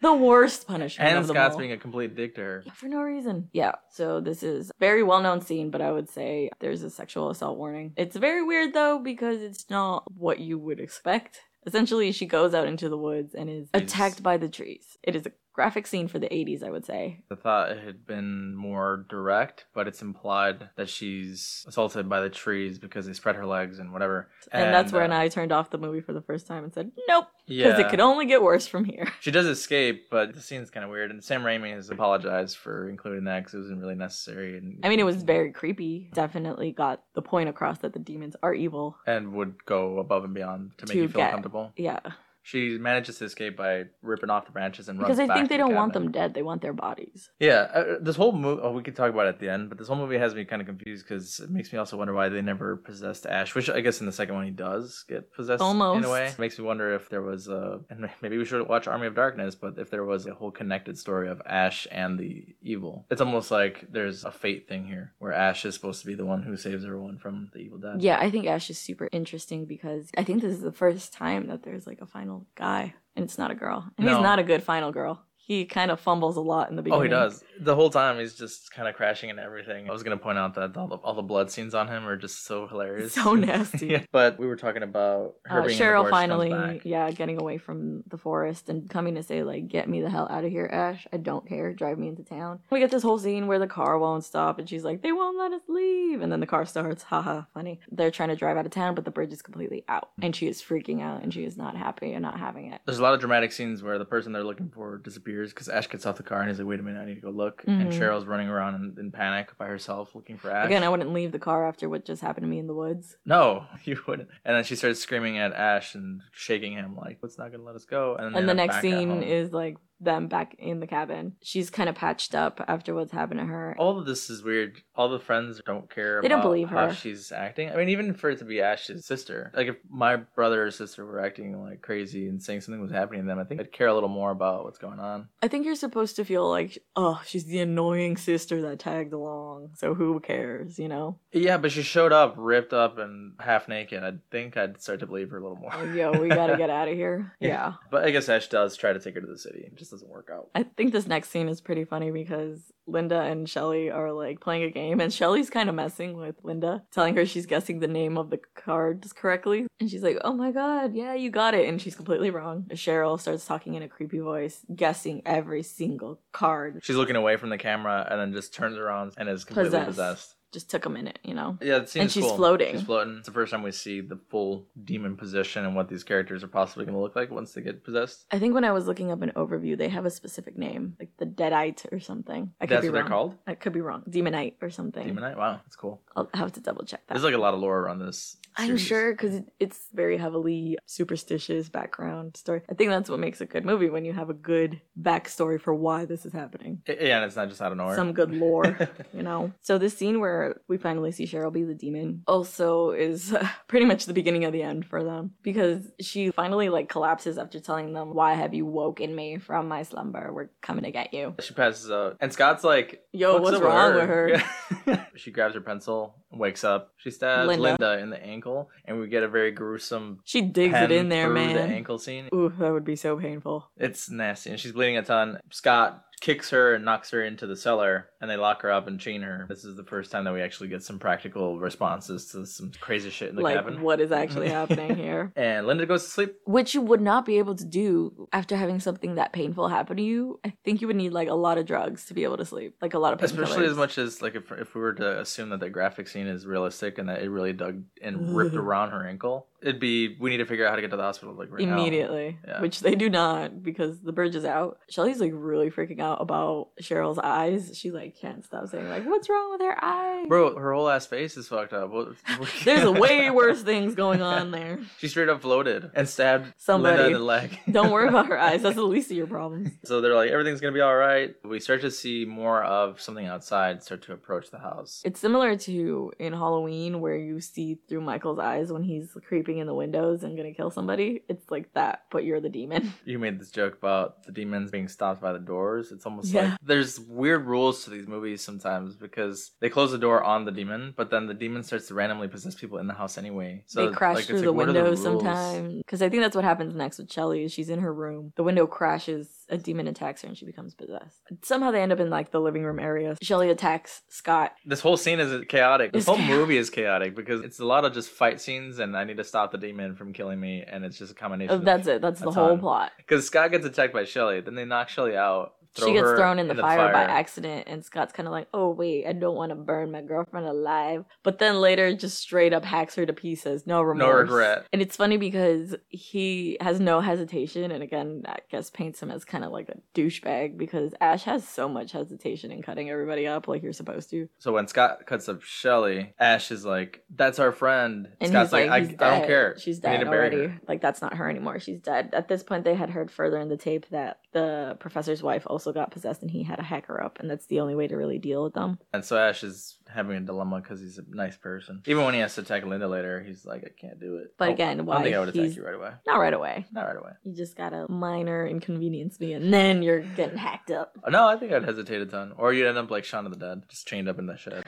A: The worst punishment
B: and
A: of them
B: Scott's
A: all.
B: being a complete dick to her.
A: Yeah, for no reason. Yeah. So this is very well known scene, but I would say there's a sexual assault warning. It's very weird though because it's not what you would expect. Essentially, she goes out into the woods and is
B: Jeez.
A: attacked by the trees. It is a graphic scene for the 80s, I would say.
B: I thought it had been more direct, but it's implied that she's assaulted by the trees because they spread her legs and whatever.
A: And, that's
B: uh,
A: when I turned off the movie for the first time and said, nope, because
B: yeah,
A: it could only get worse from here.
B: she does escape, but the scene's kind of weird. And Sam Raimi has apologized for including that because it wasn't really necessary. And
A: I mean, it was very creepy. Definitely got the point across that the demons are evil.
B: and would go above and beyond to make
A: To
B: you feel
A: get-
B: comfortable.
A: Yeah.
B: She manages to escape by ripping off the branches and
A: Because
B: runs
A: I
B: back
A: think
B: to
A: they
B: the
A: don't want
B: cabin.
A: them dead. They want their bodies.
B: Yeah, uh, this whole movie. Oh, we could talk about it at the end, but this whole movie has me kind of confused because it makes me also wonder why they never possessed Ash, which I guess in the second one he does get possessed in
A: Almost.
B: a way. It makes me wonder if there was a, and maybe we should watch Army of Darkness, but if there was a whole connected story of Ash and the evil, it's almost like there's a fate thing here where Ash is supposed to be the one who saves everyone from the evil dead.
A: Yeah, I think Ash is super interesting because I think this is the first time that there's like a final guy and it's not a girl. And
B: No.
A: he's not a good final girl. He kind of fumbles a lot in the beginning.
B: Oh, he does. The whole time he's just kind of crashing into everything. I was gonna point out that all the, all the blood scenes on him are just so hilarious,
A: So nasty.
B: Yeah, But we were talking about her
A: Uh,
B: being
A: Cheryl
B: divorced
A: finally,
B: Comes back.
A: yeah, getting away from the forest and coming to say, like, get me the hell out of here, Ash. I don't care. Drive me into town. We get this whole scene where the car won't stop and she's like, they won't let us leave. And then the car starts. Haha, funny. They're trying to drive out of town, but the bridge is completely out. And she is freaking out and she is not happy and not having it.
B: There's a lot of dramatic scenes where the person they're looking for disappears because Ash gets off the car and he's like, "Wait a minute, I need to go look." And
A: Mhm.
B: Cheryl's running around in, in panic by herself looking for Ash.
A: Again, I wouldn't leave the car after what just happened to me in the woods.
B: no, you wouldn't. And then she starts screaming at Ash and shaking him like, "What's not gonna let us go?" And, they
A: and the
B: end up
A: next
B: back at home.
A: scene is like them back in the cabin. She's kind of patched up after what's happened to her.
B: all of this is weird. All the friends don't care.
A: They don't
B: about
A: believe
B: how
A: her.
B: she's acting. I mean, even for it to be Ash's sister. Like, if my brother or sister were acting like crazy and saying something was happening to them, I think I'd care a little more about what's going on.
A: I think you're supposed to feel like, oh, she's the annoying sister that tagged along, so who cares, you know?
B: Yeah, but she showed up ripped up and half naked. I think I'd start to believe her a little more.
A: Like, yo, we gotta get out of here.
B: Yeah.
A: Yeah.
B: But I guess Ash does try to take her to the city. It just doesn't work out.
A: I think this next scene is pretty funny because Linda and Shelly are like playing a game, and Shelly's kind of messing with Linda, telling her she's guessing the name of the cards correctly. And she's like, oh my god, yeah, you got it. And she's completely wrong. Cheryl starts talking in a creepy voice, guessing every single card.
B: She's looking away from the camera and then just turns around and is completely
A: Possessed.
B: possessed.
A: Just took a minute, you know?
B: Yeah, it seems
A: And she's
B: cool.
A: floating.
B: She's floating. It's the first time we see the full demon position and what these characters are possibly going to look like once they get possessed.
A: I think when I was looking up an overview, they have a specific name, like the Deadite or something. I could
B: That's
A: be
B: what
A: wrong.
B: they're called.
A: I could be wrong. Demonite or something.
B: Demonite. Wow, that's cool.
A: I'll have to double check that.
B: There's like a lot of lore around this.
A: I'm
B: series.
A: sure because it's very heavily superstitious background story. I think that's what makes a good movie when you have a good backstory for why this is happening.
B: I- Yeah, and it's not just out of nowhere.
A: Some good lore. you know. So this scene where we finally see Cheryl be the demon also is uh, pretty much the beginning of the end for them because she finally like collapses after telling them, "Why have you woken me from my slumber? We're coming to get you."
B: she passes out, and Scott's like,
A: Yo, what's, wrong with her?
B: Yeah. she grabs her pencil, wakes up. She stabs Linda,
A: Linda.
B: in the ankle, and we get a very gruesome
A: She digs
B: pen
A: it in there,
B: through The
A: man.
B: ankle scene.
A: Ooh, that would be so painful.
B: It's nasty, and she's bleeding a ton. Scott kicks her and knocks her into the cellar, and they lock her up and chain her. This is the first time that we actually get some practical responses to some crazy shit in the
A: like,
B: cabin.
A: what is actually happening here?
B: And Linda goes to sleep.
A: Which you would not be able to do after having something that painful happen to you. I think you would need like a lot of drugs to be able to sleep, like a lot of
B: especially
A: painkillers.
B: as much as like if, if we were to assume that the graphic scene is realistic and that it really dug and ripped
A: Ugh.
B: around her ankle it'd be we need to figure out how to get to the hospital like right now.
A: immediately,
B: Yeah.
A: which they do not because the bridge is out. Shelly's like really freaking out about Cheryl's eyes. She like can't stop saying like, "What's wrong with her eyes?"
B: bro her whole ass face is fucked up What-
A: There's way worse things going on there.
B: she straight up floated and stabbed Linda in
A: Somebody.
B: the leg
A: Don't worry about her eyes. That's the least of your problems.
B: so they're like everything's gonna be all right we start to see more of something outside start to approach the house
A: It's similar to in Halloween where you see through Michael's eyes when he's creeping in the windows and gonna kill somebody. It's like that, but you're the demon.
B: you made this joke about the demons being stopped by the doors. It's almost
A: Yeah.
B: like there's weird rules to these movies sometimes because they close the door on the demon, but then the demon starts to randomly possess people in the house anyway. So
A: they crash
B: like, it's
A: through
B: like,
A: the
B: what are
A: window
B: rules?
A: sometimes. Because I think that's what happens next with Shelly. Is she's in her room, the window crashes, a demon attacks her, and she becomes possessed. Somehow they end up in like the living room area. Shelly attacks Scott.
B: This whole scene is chaotic. This
A: It's
B: whole
A: chaotic.
B: movie is chaotic because it's a lot of just fight scenes, and I need to stop the demon from killing me, and it's just a combination.
A: Oh, that's it. That's the
B: That's
A: whole
B: on.
A: plot.
B: Because Scott gets attacked by Shelly, then they knock Shelly out. throw
A: she gets
B: her
A: thrown in the,
B: into
A: fire, by accident, and Scott's kind of like, "Oh wait, I don't want to burn my girlfriend alive." But then later, just straight up hacks her to pieces, no remorse,
B: No regret.
A: And it's funny because he has no hesitation, and again, I guess paints him as kind of like a douchebag because Ash has so much hesitation in cutting everybody up like you're supposed to.
B: So when Scott cuts up Shelly, Ash is like, "That's our friend."
A: And
B: Scott's
A: he's like,
B: "I,
A: "He's
B: I don't
A: dead.
B: care.
A: She's
B: We need
A: dead
B: to bury her."
A: already. Like that's not her anymore. She's dead. At this point, they had heard further in the tape that the professor's wife also got possessed, and he had to hack her up, and that's the only way to really deal with them.
B: And so Ash is having a dilemma because he's a nice person. Even when he has to attack Linda later, he's like, "I can't do it."
A: But
B: Oh,
A: again,
B: I don't
A: why
B: think I would attack
A: he's-
B: you right away.
A: Not right away.
B: Not right away.
A: You just gotta minor inconvenience me, and then you're getting hacked up.
B: Oh, No, I think I'd hesitate a ton. Or you'd end up like Shaun of the Dead, just chained up in the shed.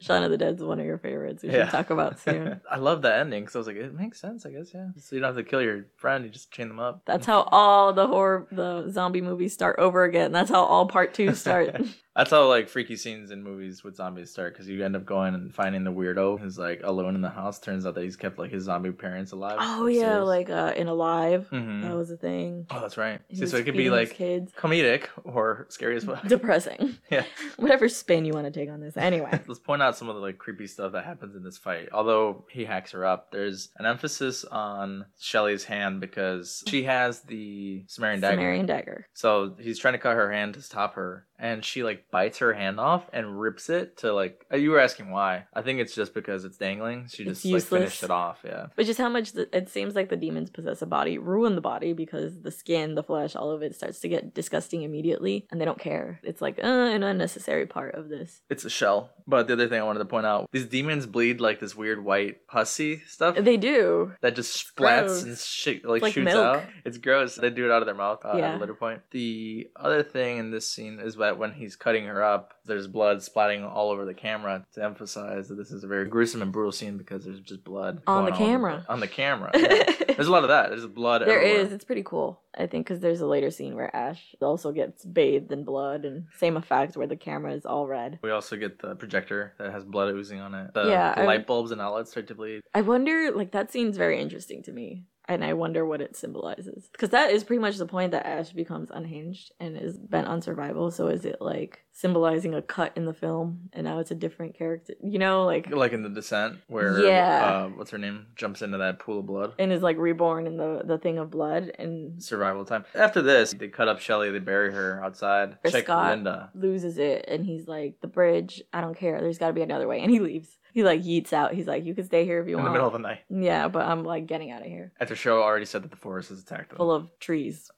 A: Shaun of the Dead's one of your favorites. We should
B: Yeah.
A: talk about soon.
B: I love that ending because I was like, it makes sense, I guess, yeah. So you don't have to kill your friend, you just chain them up.
A: That's how all the horror, the zombie movies start over again. That's how all part two start.
B: That's how like freaky scenes in movies with zombies start because you end up going and finding the weirdo who's like alone in the house. Turns out that he's kept like his zombie parents alive.
A: oh yeah, like uh, in Alive,
B: hmm
A: that was a thing.
B: oh, that's right.
A: He
B: See,
A: was
B: so it could be
A: feeding his
B: like
A: kids.
B: comedic or scary as well.
A: depressing.
B: yeah.
A: Whatever spin you want to take on this. Anyway,
B: Let's point out some of the like creepy stuff that happens in this fight. Although he hacks her up, there's an emphasis on Shelly's hand because she has the Sumerian dagger.
A: Sumerian dagger.
B: So he's trying to cut her hand to stop her, and she like bites her hand off and rips it to like. uh, You were asking why? I think it's just because it's dangling. She
A: It's
B: just like
A: useless.
B: finished it off. Yeah.
A: Which is how much the, it seems like the demons possess a body, ruin the body because the skin, the flesh, all of it starts to get disgusting immediately, and they don't care. It's like uh, an unnecessary part of this.
B: It's a shell. But the other thing I wanted to point out, these demons bleed like this weird white pussy stuff.
A: They do.
B: that just splats and
A: gross.
B: shit like,
A: like
B: shoots
A: milk.
B: out. It's gross. They do it out of their mouth uh, at
A: Yeah.
B: a later point. The other thing in this scene is that when he's cutting her up, there's blood splatting all over the camera to emphasize that this is a very gruesome and brutal scene because there's just blood
A: On the
B: going
A: camera.
B: On, on the camera. yeah.
A: There
B: There's a lot of that. There's blood. everywhere.
A: is. It's pretty cool, I think, because there's a later scene where Ash also gets bathed in blood, and same effect where the camera is all red.
B: We also get the projector that has blood oozing on it. The,
A: Yeah,
B: the
A: I-
B: light bulbs and outlets start to bleed.
A: I wonder, like, that scene's very interesting to me. And I wonder what it symbolizes. Because that is pretty much the point that Ash becomes unhinged and is bent on survival. So is it, like, symbolizing a cut in the film and now it's a different character? You know, like,
B: Like in The Descent, where
A: Yeah.
B: uh, what's her name jumps into that pool of blood.
A: and is, like, reborn in the, the thing of blood. And
B: survival time. After this, they cut up Shelly, they bury her outside.
A: For
B: Check
A: Scott.
B: Linda.
A: loses it and he's like the bridge i don't care there's got to be another way and he leaves he like yeets out he's like you can stay here if you
B: In the
A: want
B: middle of the night.
A: yeah but i'm like getting out of here
B: After Show already said that the forest has attacked them.
A: full of trees.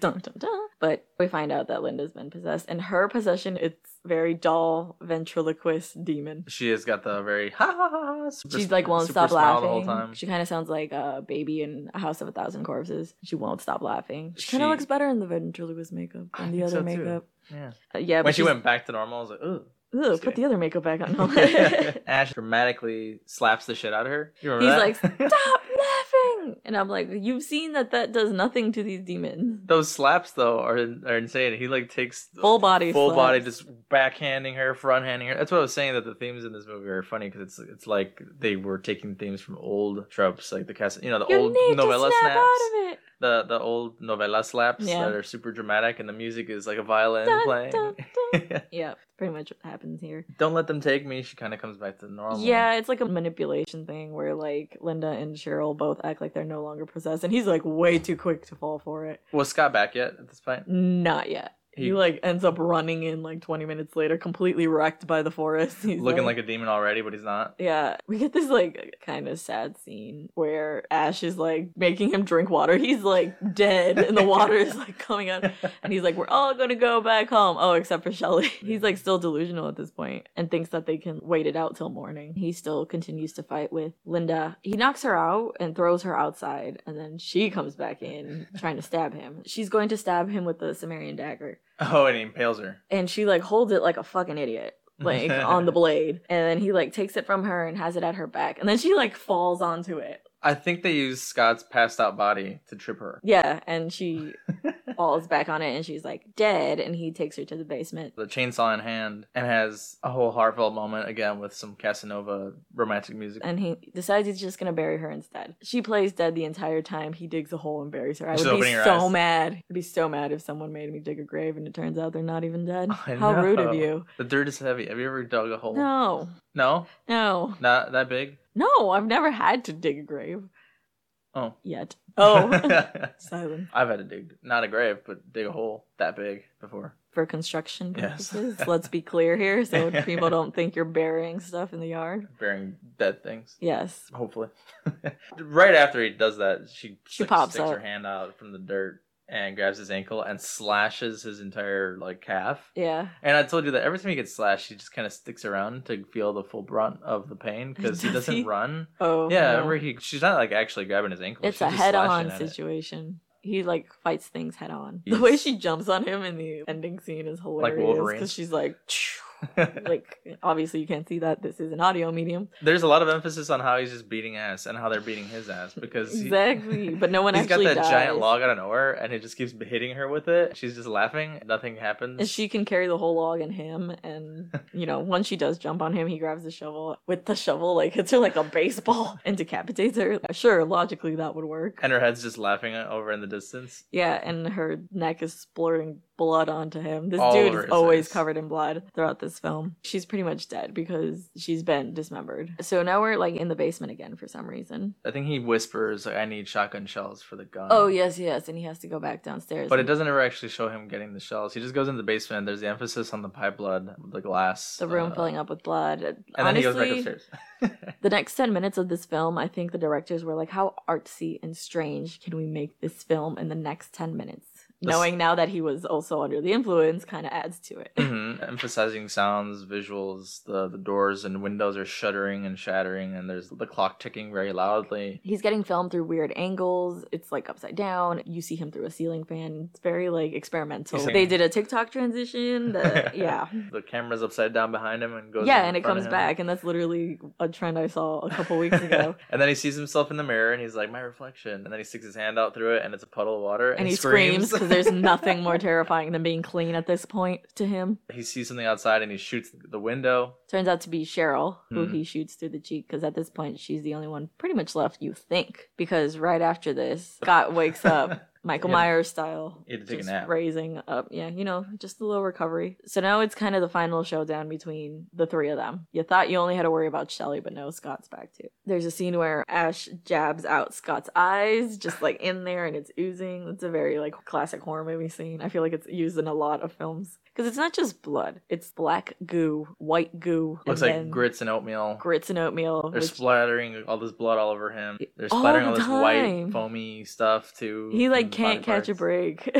A: dun, dun, dun. But we find out that Linda's been possessed, and her possession it's very dull ventriloquist demon.
B: she has got the very ha ha ha. ha super-
A: She like won't
B: super
A: stop
B: smile
A: laughing.
B: the whole time.
A: She kind of sounds like a baby in a house of a thousand corpses. She won't stop laughing. She, kind
B: She-
A: of looks better in the ventriloquist makeup
B: I
A: than the
B: think
A: other
B: so, too.
A: makeup.
B: yeah.
A: Uh, yeah,
B: When
A: but
B: she
A: she's-
B: went back to normal, I was like, ooh.
A: Ugh,
B: just
A: put
B: kidding.
A: the other makeup back on. No.
B: Ash dramatically slaps the shit out of her. You remember
A: He's
B: that?
A: Stop laughing! And I'm like, you've seen that that does nothing to these demons.
B: Those slaps though are are insane. He like takes
A: Full body,
B: full
A: slaps.
B: body, just backhanding her, front handing her. That's what I was saying that the themes in this movie are funny because it's it's like they were taking themes from old tropes, like the cast, you know, the
A: You
B: old
A: need
B: novella
A: to snap
B: snaps,
A: out of it.
B: the the old novella slaps
A: Yeah.
B: that are super dramatic, and the music is like a violin
A: Dun,
B: playing.
A: dun, dun. yeah, pretty much what happens here.
B: Don't let them take me. She kind of comes back to normal.
A: Yeah, it's like a manipulation thing where like Linda and Cheryl both act like they're no longer possessed, and he's like way too quick to fall for it.
B: Was Scott back yet at this point?
A: Not yet. He,
B: He-
A: like ends up running in like 20 minutes later, completely wrecked by the forest. He's
B: Looking like a demon already, but he's not.
A: yeah, we get this like kind of sad scene where Ash is like making him drink water. He's like dead, and the water is like coming out. And he's like, we're all going to go back home. Oh, except for Shelly. He's like still delusional at this point and thinks that they can wait it out till morning. He still continues to fight with Linda. He knocks her out and throws her outside. And then she comes back in trying to stab him. She's going to stab him with the Sumerian dagger.
B: Oh, and he impales her.
A: And she like holds it like a fucking idiot. Like on the blade, and then he like takes it from her and has it at her back, and then she like falls onto it.
B: I think they used Scott's passed out body to trip her.
A: Yeah, and she falls back on it and she's like dead and he takes her to the basement.
B: the chainsaw in hand and has a whole heartfelt moment again with some Casanova romantic music.
A: And he decides he's just gonna bury her instead. She plays dead the entire time. He digs a hole and buries her. I
B: She's
A: would be
B: opening her
A: so
B: eyes.
A: mad. I'd be so mad if someone made me dig a grave and it turns out they're not even dead.
B: I
A: How rude
B: know.
A: of you.
B: The dirt is heavy. Have you ever dug a hole?
A: No,
B: No?
A: no,
B: Not that big?
A: no. I've never had to dig a grave
B: Oh.
A: yet. Oh, silent
B: I've had to dig, not a grave, but dig a hole that big before.
A: for construction
B: Yes.
A: purposes. Let's be clear here, so people don't think you're burying stuff in the yard.
B: Burying dead things.
A: Yes.
B: Hopefully. right after he does that, she,
A: She
B: like,
A: pops
B: sticks
A: up.
B: her hand out from the dirt and grabs his ankle and slashes his entire like calf.
A: Yeah.
B: And I told you that every time he gets slashed, he just kind of sticks around to feel the full brunt of the pain because he
A: Does
B: doesn't
A: he?
B: run.
A: Oh.
B: yeah,
A: no.
B: remember he? She's not like actually grabbing his ankle.
A: It's
B: she's
A: a
B: just
A: head-on
B: slashing at it.
A: situation. He like fights things head-on.
B: He's-
A: The way she jumps on him in the ending scene is hilarious
B: Wolverine.
A: because she's like, like obviously you can't see that. This is an audio medium,
B: There's a lot of emphasis on how he's just beating ass and how they're beating his ass because he-
A: exactly. But no one
B: He's got
A: actually
B: that
A: dies.
B: giant log out of nowhere, and he just keeps hitting her with it. She's just laughing. Nothing happens.
A: And she can carry the whole log and him, and you know, once she does jump on him, he grabs the shovel with the shovel, like hits her like a baseball and decapitates her. Sure, logically that would work.
B: and her head's just laughing over in the distance.
A: Yeah, and her neck is splurting blood onto him. This
B: All
A: dude
B: over
A: is
B: his
A: always
B: face.
A: covered in blood throughout this film. She's pretty much dead because she's been dismembered. So now we're like in the basement again for some reason.
B: I think he whispers, "I need shotgun shells for the gun."
A: Oh yes, yes, and he has to go back downstairs.
B: But it doesn't ever actually show him getting the shells. He just goes into the basement. There's the emphasis on the pipe blood, the glass,
A: the room
B: uh,
A: filling up with blood.
B: and
A: Honestly,
B: then he goes back upstairs.
A: the next 10 minutes of this film, I think the directors were like, how artsy and strange can we make this film in the next 10 minutes?
B: This-
A: Knowing now that he was also under the influence kind of adds to it.
B: Mhm. Emphasizing sounds, visuals, the the doors and windows are shuddering and shattering, and there's the clock ticking very loudly.
A: He's getting filmed through weird angles. It's like upside down. You see him through a ceiling fan. It's very like experimental.
B: He's like-
A: They did a TikTok transition. That, yeah.
B: The camera's upside down behind him and goes.
A: Mm-hmm. yeah,
B: in
A: and it
B: front
A: comes
B: of him.
A: back. And that's literally a trend I saw a couple weeks ago.
B: and then he sees himself in the mirror and he's like, "My reflection." And then he sticks his hand out through it, and it's a puddle of water,
A: And he screams because there's nothing more terrifying than being clean at this point to him.
B: he sees something outside, and he shoots the window.
A: turns out to be Cheryl, who
B: Hmm.
A: he shoots through the cheek because at this point she's the only one pretty much left, you think. Because right after this, Scott wakes up, Michael
B: Yeah.
A: Myers style.
B: He had to take a
A: just
B: nap.
A: Raising up. Yeah, you know, just a little recovery. So now it's kind of the final showdown between the three of them. You thought you only had to worry about Shelly, but no, Scott's back too. There's a scene where Ash jabs out Scott's eyes, just like in there, and it's oozing. It's a very like classic horror movie scene. I feel like it's used in a lot of films. Because it's not just blood, it's black goo, white goo.
B: Looks
A: and
B: like
A: then
B: grits and oatmeal.
A: grits and oatmeal.
B: They're
A: which-
B: splattering all this blood all over him. They're
A: All
B: splattering
A: the
B: all, this
A: time.
B: white foamy stuff too.
A: he
B: in
A: like
B: the
A: can't
B: body
A: catch a
B: parts.
A: break.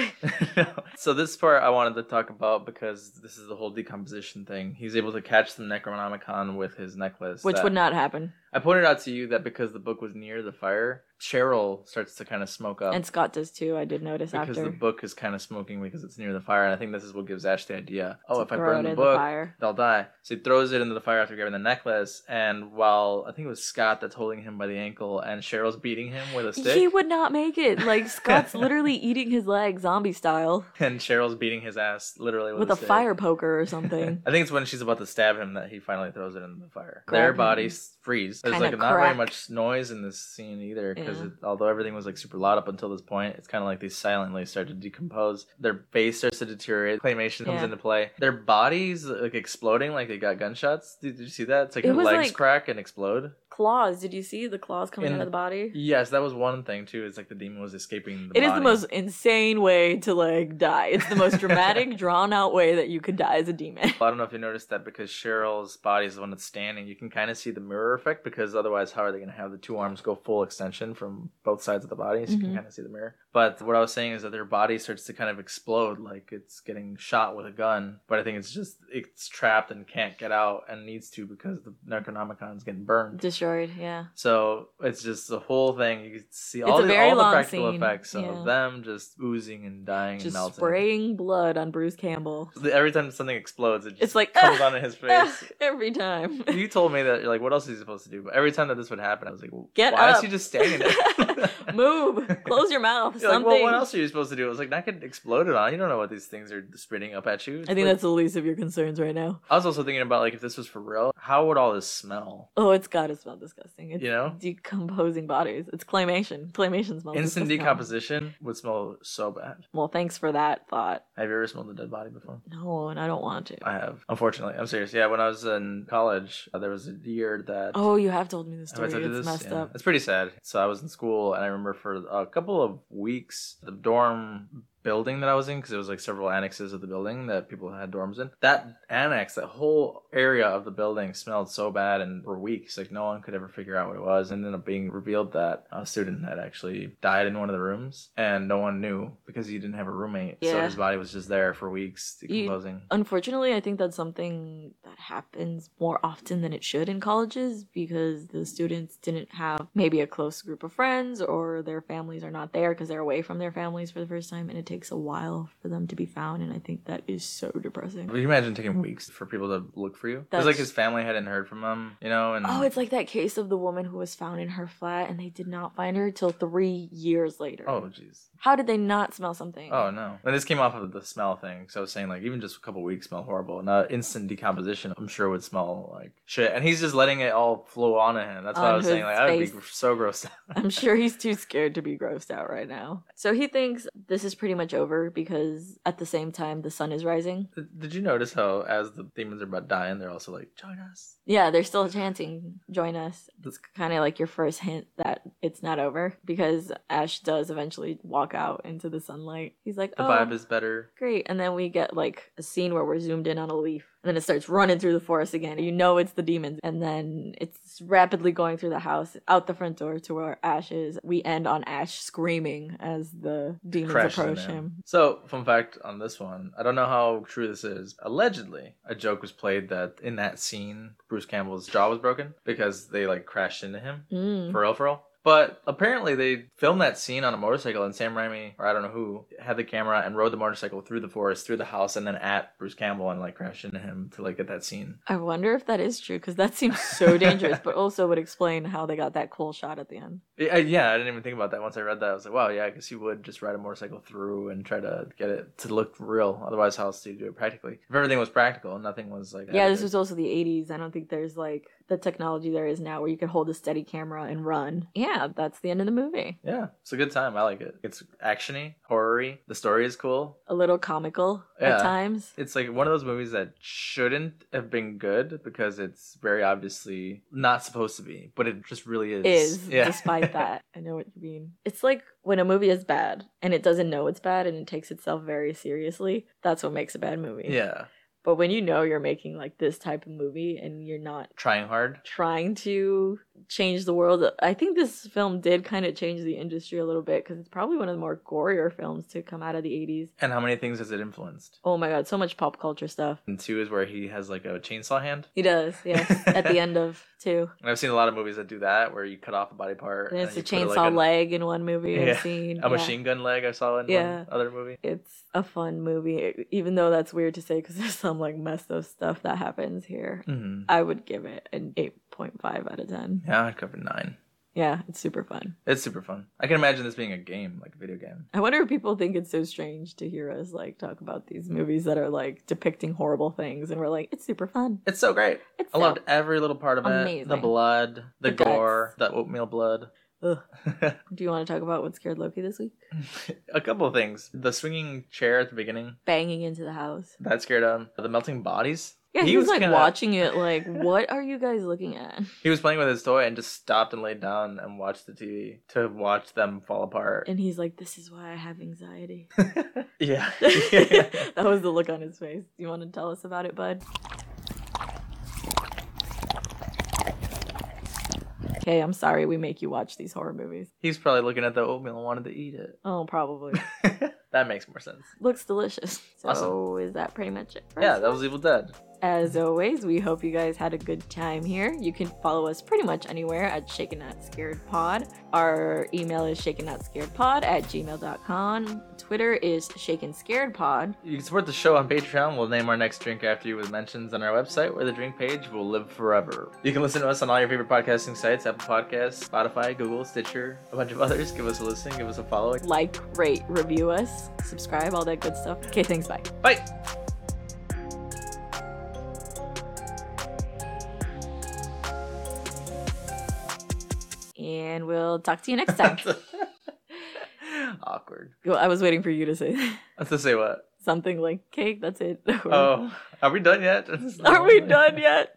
B: so this part I wanted to talk about because this is the whole decomposition thing. He's able to catch the Necronomicon with his necklace.
A: Which
B: that-
A: would not happen.
B: I pointed out to you that because the book was near the fire, Cheryl starts to kind of smoke up
A: And Scott does too, I did notice
B: Oh. because
A: after.
B: the book is kind of smoking because it's near the fire, and I think this is what gives Ash the idea. Oh,
A: to
B: if I
A: throw it
B: burn the
A: in
B: book,
A: fire.
B: they'll die. So he throws it into the fire after grabbing the necklace, and while I think it was Scott that's holding him by the ankle, and Cheryl's beating him with a stick,
A: He would not make it. Like Scott's literally eating his leg zombie style
B: and Cheryl's beating his ass literally with,
A: with a
B: stick.
A: fire poker or something.
B: I think it's when she's about to stab him that he finally throws it in the fire.
A: Grab
B: Their
A: him.
B: bodies freeze. There's
A: Kinda
B: like not very
A: crack.
B: much noise in this scene either, because
A: Yeah.
B: although everything was like super loud up until this point, it's kind of like they silently start to decompose. Their face starts to deteriorate. Claymation comes
A: Yeah.
B: into play. Their bodies like exploding, like they got gunshots. Did, did you see that? It's like
A: It
B: their
A: was,
B: legs
A: like-
B: crack and explode.
A: claws. Did you see the claws coming
B: In-
A: out of the body?
B: Yes, that was one thing too. It's like the demon was escaping. The
A: It is the
B: body.
A: most insane way to like die. It's the most dramatic, drawn out way that you could die as a demon.
B: I don't know if you noticed that because Cheryl's body is the one that's standing, you can kind of see the mirror effect because otherwise, how are they going to have the two arms go full extension from both sides of the body? So you
A: Mhm.
B: can kind of see the mirror. But what I was saying is that their body starts to kind of explode like it's getting shot with a gun. But I think it's just, it's trapped and can't get out and needs to because the Necronomicon's getting burned.
A: Destroyed, yeah.
B: So it's just the whole thing. You can see
A: It's
B: all
A: a
B: the,
A: very
B: all the
A: long
B: practical
A: scene,
B: effects
A: yeah.
B: of them just oozing and dying and
A: Just
B: melting.
A: spraying blood on Bruce Campbell.
B: Every time something explodes, it just
A: It's like
B: comes
A: "Ah,
B: on in his
A: ah,"
B: face.
A: every time.
B: you told me that you're like, what else is he supposed to do? But every time that this would happen, I was like, well,
A: Get
B: why is
A: up.
B: he just standing there?
A: Move. Close your mouth.
B: You're like, well, what
A: something-
B: else are you supposed to do? I was like, not get exploded on. You don't know what these things are spitting up at you.
A: I think that's the least of your concerns right now.
B: I was also thinking about like if this was for real, how would all this smell?
A: Oh, it's gotta smell disgusting. It's
B: You know?
A: decomposing bodies. It's claymation. Claymation smells.
B: Instant
A: disgusting.
B: decomposition would smell so bad.
A: Well, thanks for that thought.
B: Have you ever smelled a dead body before?
A: No, and I don't want to.
B: I have. Unfortunately, I'm serious. Yeah, when I was in college, uh, there was a year that.
A: Oh, you have told me this
B: Have I
A: story.
B: told you
A: It's
B: this?
A: messed
B: Yeah.
A: up.
B: It's pretty sad. So I was in school, and I remember for a couple of weeks, the dorm building that I was in, because it was like several annexes of the building that people had dorms in. That annex, that whole area of the building, smelled so bad, and for weeks, like no one could ever figure out what it was. And ended up being revealed that a student had actually died in one of the rooms, and no one knew because he didn't have a roommate, so
A: Yeah.
B: his body was just there for weeks decomposing.
A: Unfortunately, I think that's something that happens more often than it should in colleges because the students didn't have maybe a close group of friends or their families are not there because they're away from their families for the first time and it takes a while for them to be found. And I think that is so depressing.
B: Would you imagine taking weeks for people to look for you? Because
A: That's-
B: like his family hadn't heard from him, you know, and
A: Oh, it's like that case of the woman who was found in her flat and they did not find her till three years later.
B: oh, jeez.
A: How did they not smell something?
B: Oh no! And this came off of the smell thing, so I was saying like even just a couple weeks smell horrible, and uh, instant decomposition, I'm sure would smell like shit. And he's just letting it all flow on to him. That's what I
A: On
B: was saying.
A: his
B: Like I would be
A: face.
B: so grossed out.
A: I'm sure he's too scared to be grossed out right now. So he thinks this is pretty much over because at the same time the sun is rising.
B: Did- Did you notice how as the demons are about dying, they're also like join us?
A: Yeah, they're still chanting, join us. It's kind of like your first hint that it's not over because Ash does eventually walk out into the sunlight. He's like,
B: The
A: oh,
B: vibe is better.
A: great. And then we get like a scene where we're zoomed in on a leaf and then it starts running through the forest again. You know it's the demons. And then it's rapidly going through the house, out the front door to where Ash is. We end on Ash screaming as the demons
B: Crashes in
A: approach
B: there.
A: him.
B: So, fun fact on this one, I don't know how true this is. Allegedly, a joke was played that in that scene, Bruce Campbell's jaw was broken because they like crashed into him.
A: Mm.
B: For real, for real. But apparently they filmed that scene on a motorcycle, and Sam Raimi, or I don't know who, had the camera and rode the motorcycle through the forest, through the house, and then at Bruce Campbell and like crashed into him to like get that scene.
A: I wonder if that is true because that seems so dangerous, but also would explain how they got that cool shot at the end.
B: Yeah, I- yeah, I didn't even think about that. Once I read that, I was like, wow, yeah, I guess you would just ride a motorcycle through and try to get it to look real. Otherwise, how else do you do it practically? If everything was practical, nothing was like.
A: Yeah, this
B: edited.
A: was also the 80s. I don't think there's like the technology there is now where you could hold a steady camera and run. Yeah, that's the end of the movie.
B: Yeah, it's a good time. I like it. It's actiony, horror-y. The story is cool.
A: A little comical
B: Yeah.
A: at times.
B: it's like one of those movies that shouldn't have been good because it's very obviously not supposed to be, but it just really is.
A: Is
B: Yeah.
A: despite that. I know what you mean. It's like when a movie is bad and it doesn't know it's bad and it takes itself very seriously. That's what makes a bad movie.
B: yeah,
A: But when you know you're making like this type of movie and you're not
B: trying hard.
A: trying to change the world. I think this film did kind of change the industry a little bit because it's probably one of the more gorier films to come out of the 80s.
B: And how many things has it influenced?
A: Oh my god, so much pop culture stuff.
B: And two is where he has like a chainsaw hand.
A: He does, yes, at the end of two.
B: And I've seen a lot of movies that do that where you cut off a body part.
A: And it's a
B: you Uh, put,
A: chainsaw
B: like,
A: leg in one movie
B: Yeah,
A: I've seen.
B: A
A: Yeah.
B: machine gun leg I saw in
A: Yeah.
B: one other movie.
A: It's a fun movie, even though that's weird to say because there's some like messed up stuff that happens here.
B: hmm
A: I would give it an 8.5 out of 10.
B: Yeah, I covered nine.
A: Yeah, it's super fun.
B: It's super fun. I can imagine this being a game, like a video game.
A: I wonder if people think it's so strange to hear us like talk about these movies that are like depicting horrible things, and we're like, it's super fun.
B: It's so great.
A: It's
B: I
A: so-
B: loved every little part of it. The
A: Amazing.
B: blood,
A: The
B: the,
A: guts.
B: gore, the oatmeal blood.
A: Ugh. Do you want to talk about what scared Loki this week?
B: a couple of things. The swinging chair at the beginning
A: Banging into the house.
B: that scared him. The melting bodies.
A: Yeah, he, was, like
B: kinda-
A: watching it, like, what are you guys looking at?
B: He was playing with his toy and just stopped and laid down and watched the TV to watch them fall apart.
A: And he's like, this is why I have anxiety.
B: yeah.
A: that was the look on his face. Do you want to tell us about it, bud? Okay, I'm sorry we make you watch these horror movies.
B: He's probably looking at the oatmeal and wanted to eat it.
A: Oh, probably.
B: that makes more sense.
A: looks delicious. So
B: Awesome.
A: is that pretty much it? For
B: Yeah,
A: us?
B: that was Evil Dead.
A: As always, we hope you guys had a good time here. You can follow us pretty much anywhere at Shaken Not Scared Pod. Our email is shaken not scared pod at gmail.com. Twitter is shaken scared pod.
B: You can support the show on Patreon. We'll name our next drink after you with mentions on our website, where the drink page will live forever. You can listen to us on all your favorite podcasting sites Apple Podcasts, Spotify, Google, Stitcher, a bunch of others. Give us a listen, give us a follow.
A: Like, rate, review us, subscribe, all that good stuff. Okay, thanks, bye.
B: Bye!
A: And we'll talk to you next time.
B: Awkward.
A: Well, I was waiting for you to say
B: Let's just say what?
A: something like, okay, that's it.
B: Oh, are we done yet?
A: Are we done yet?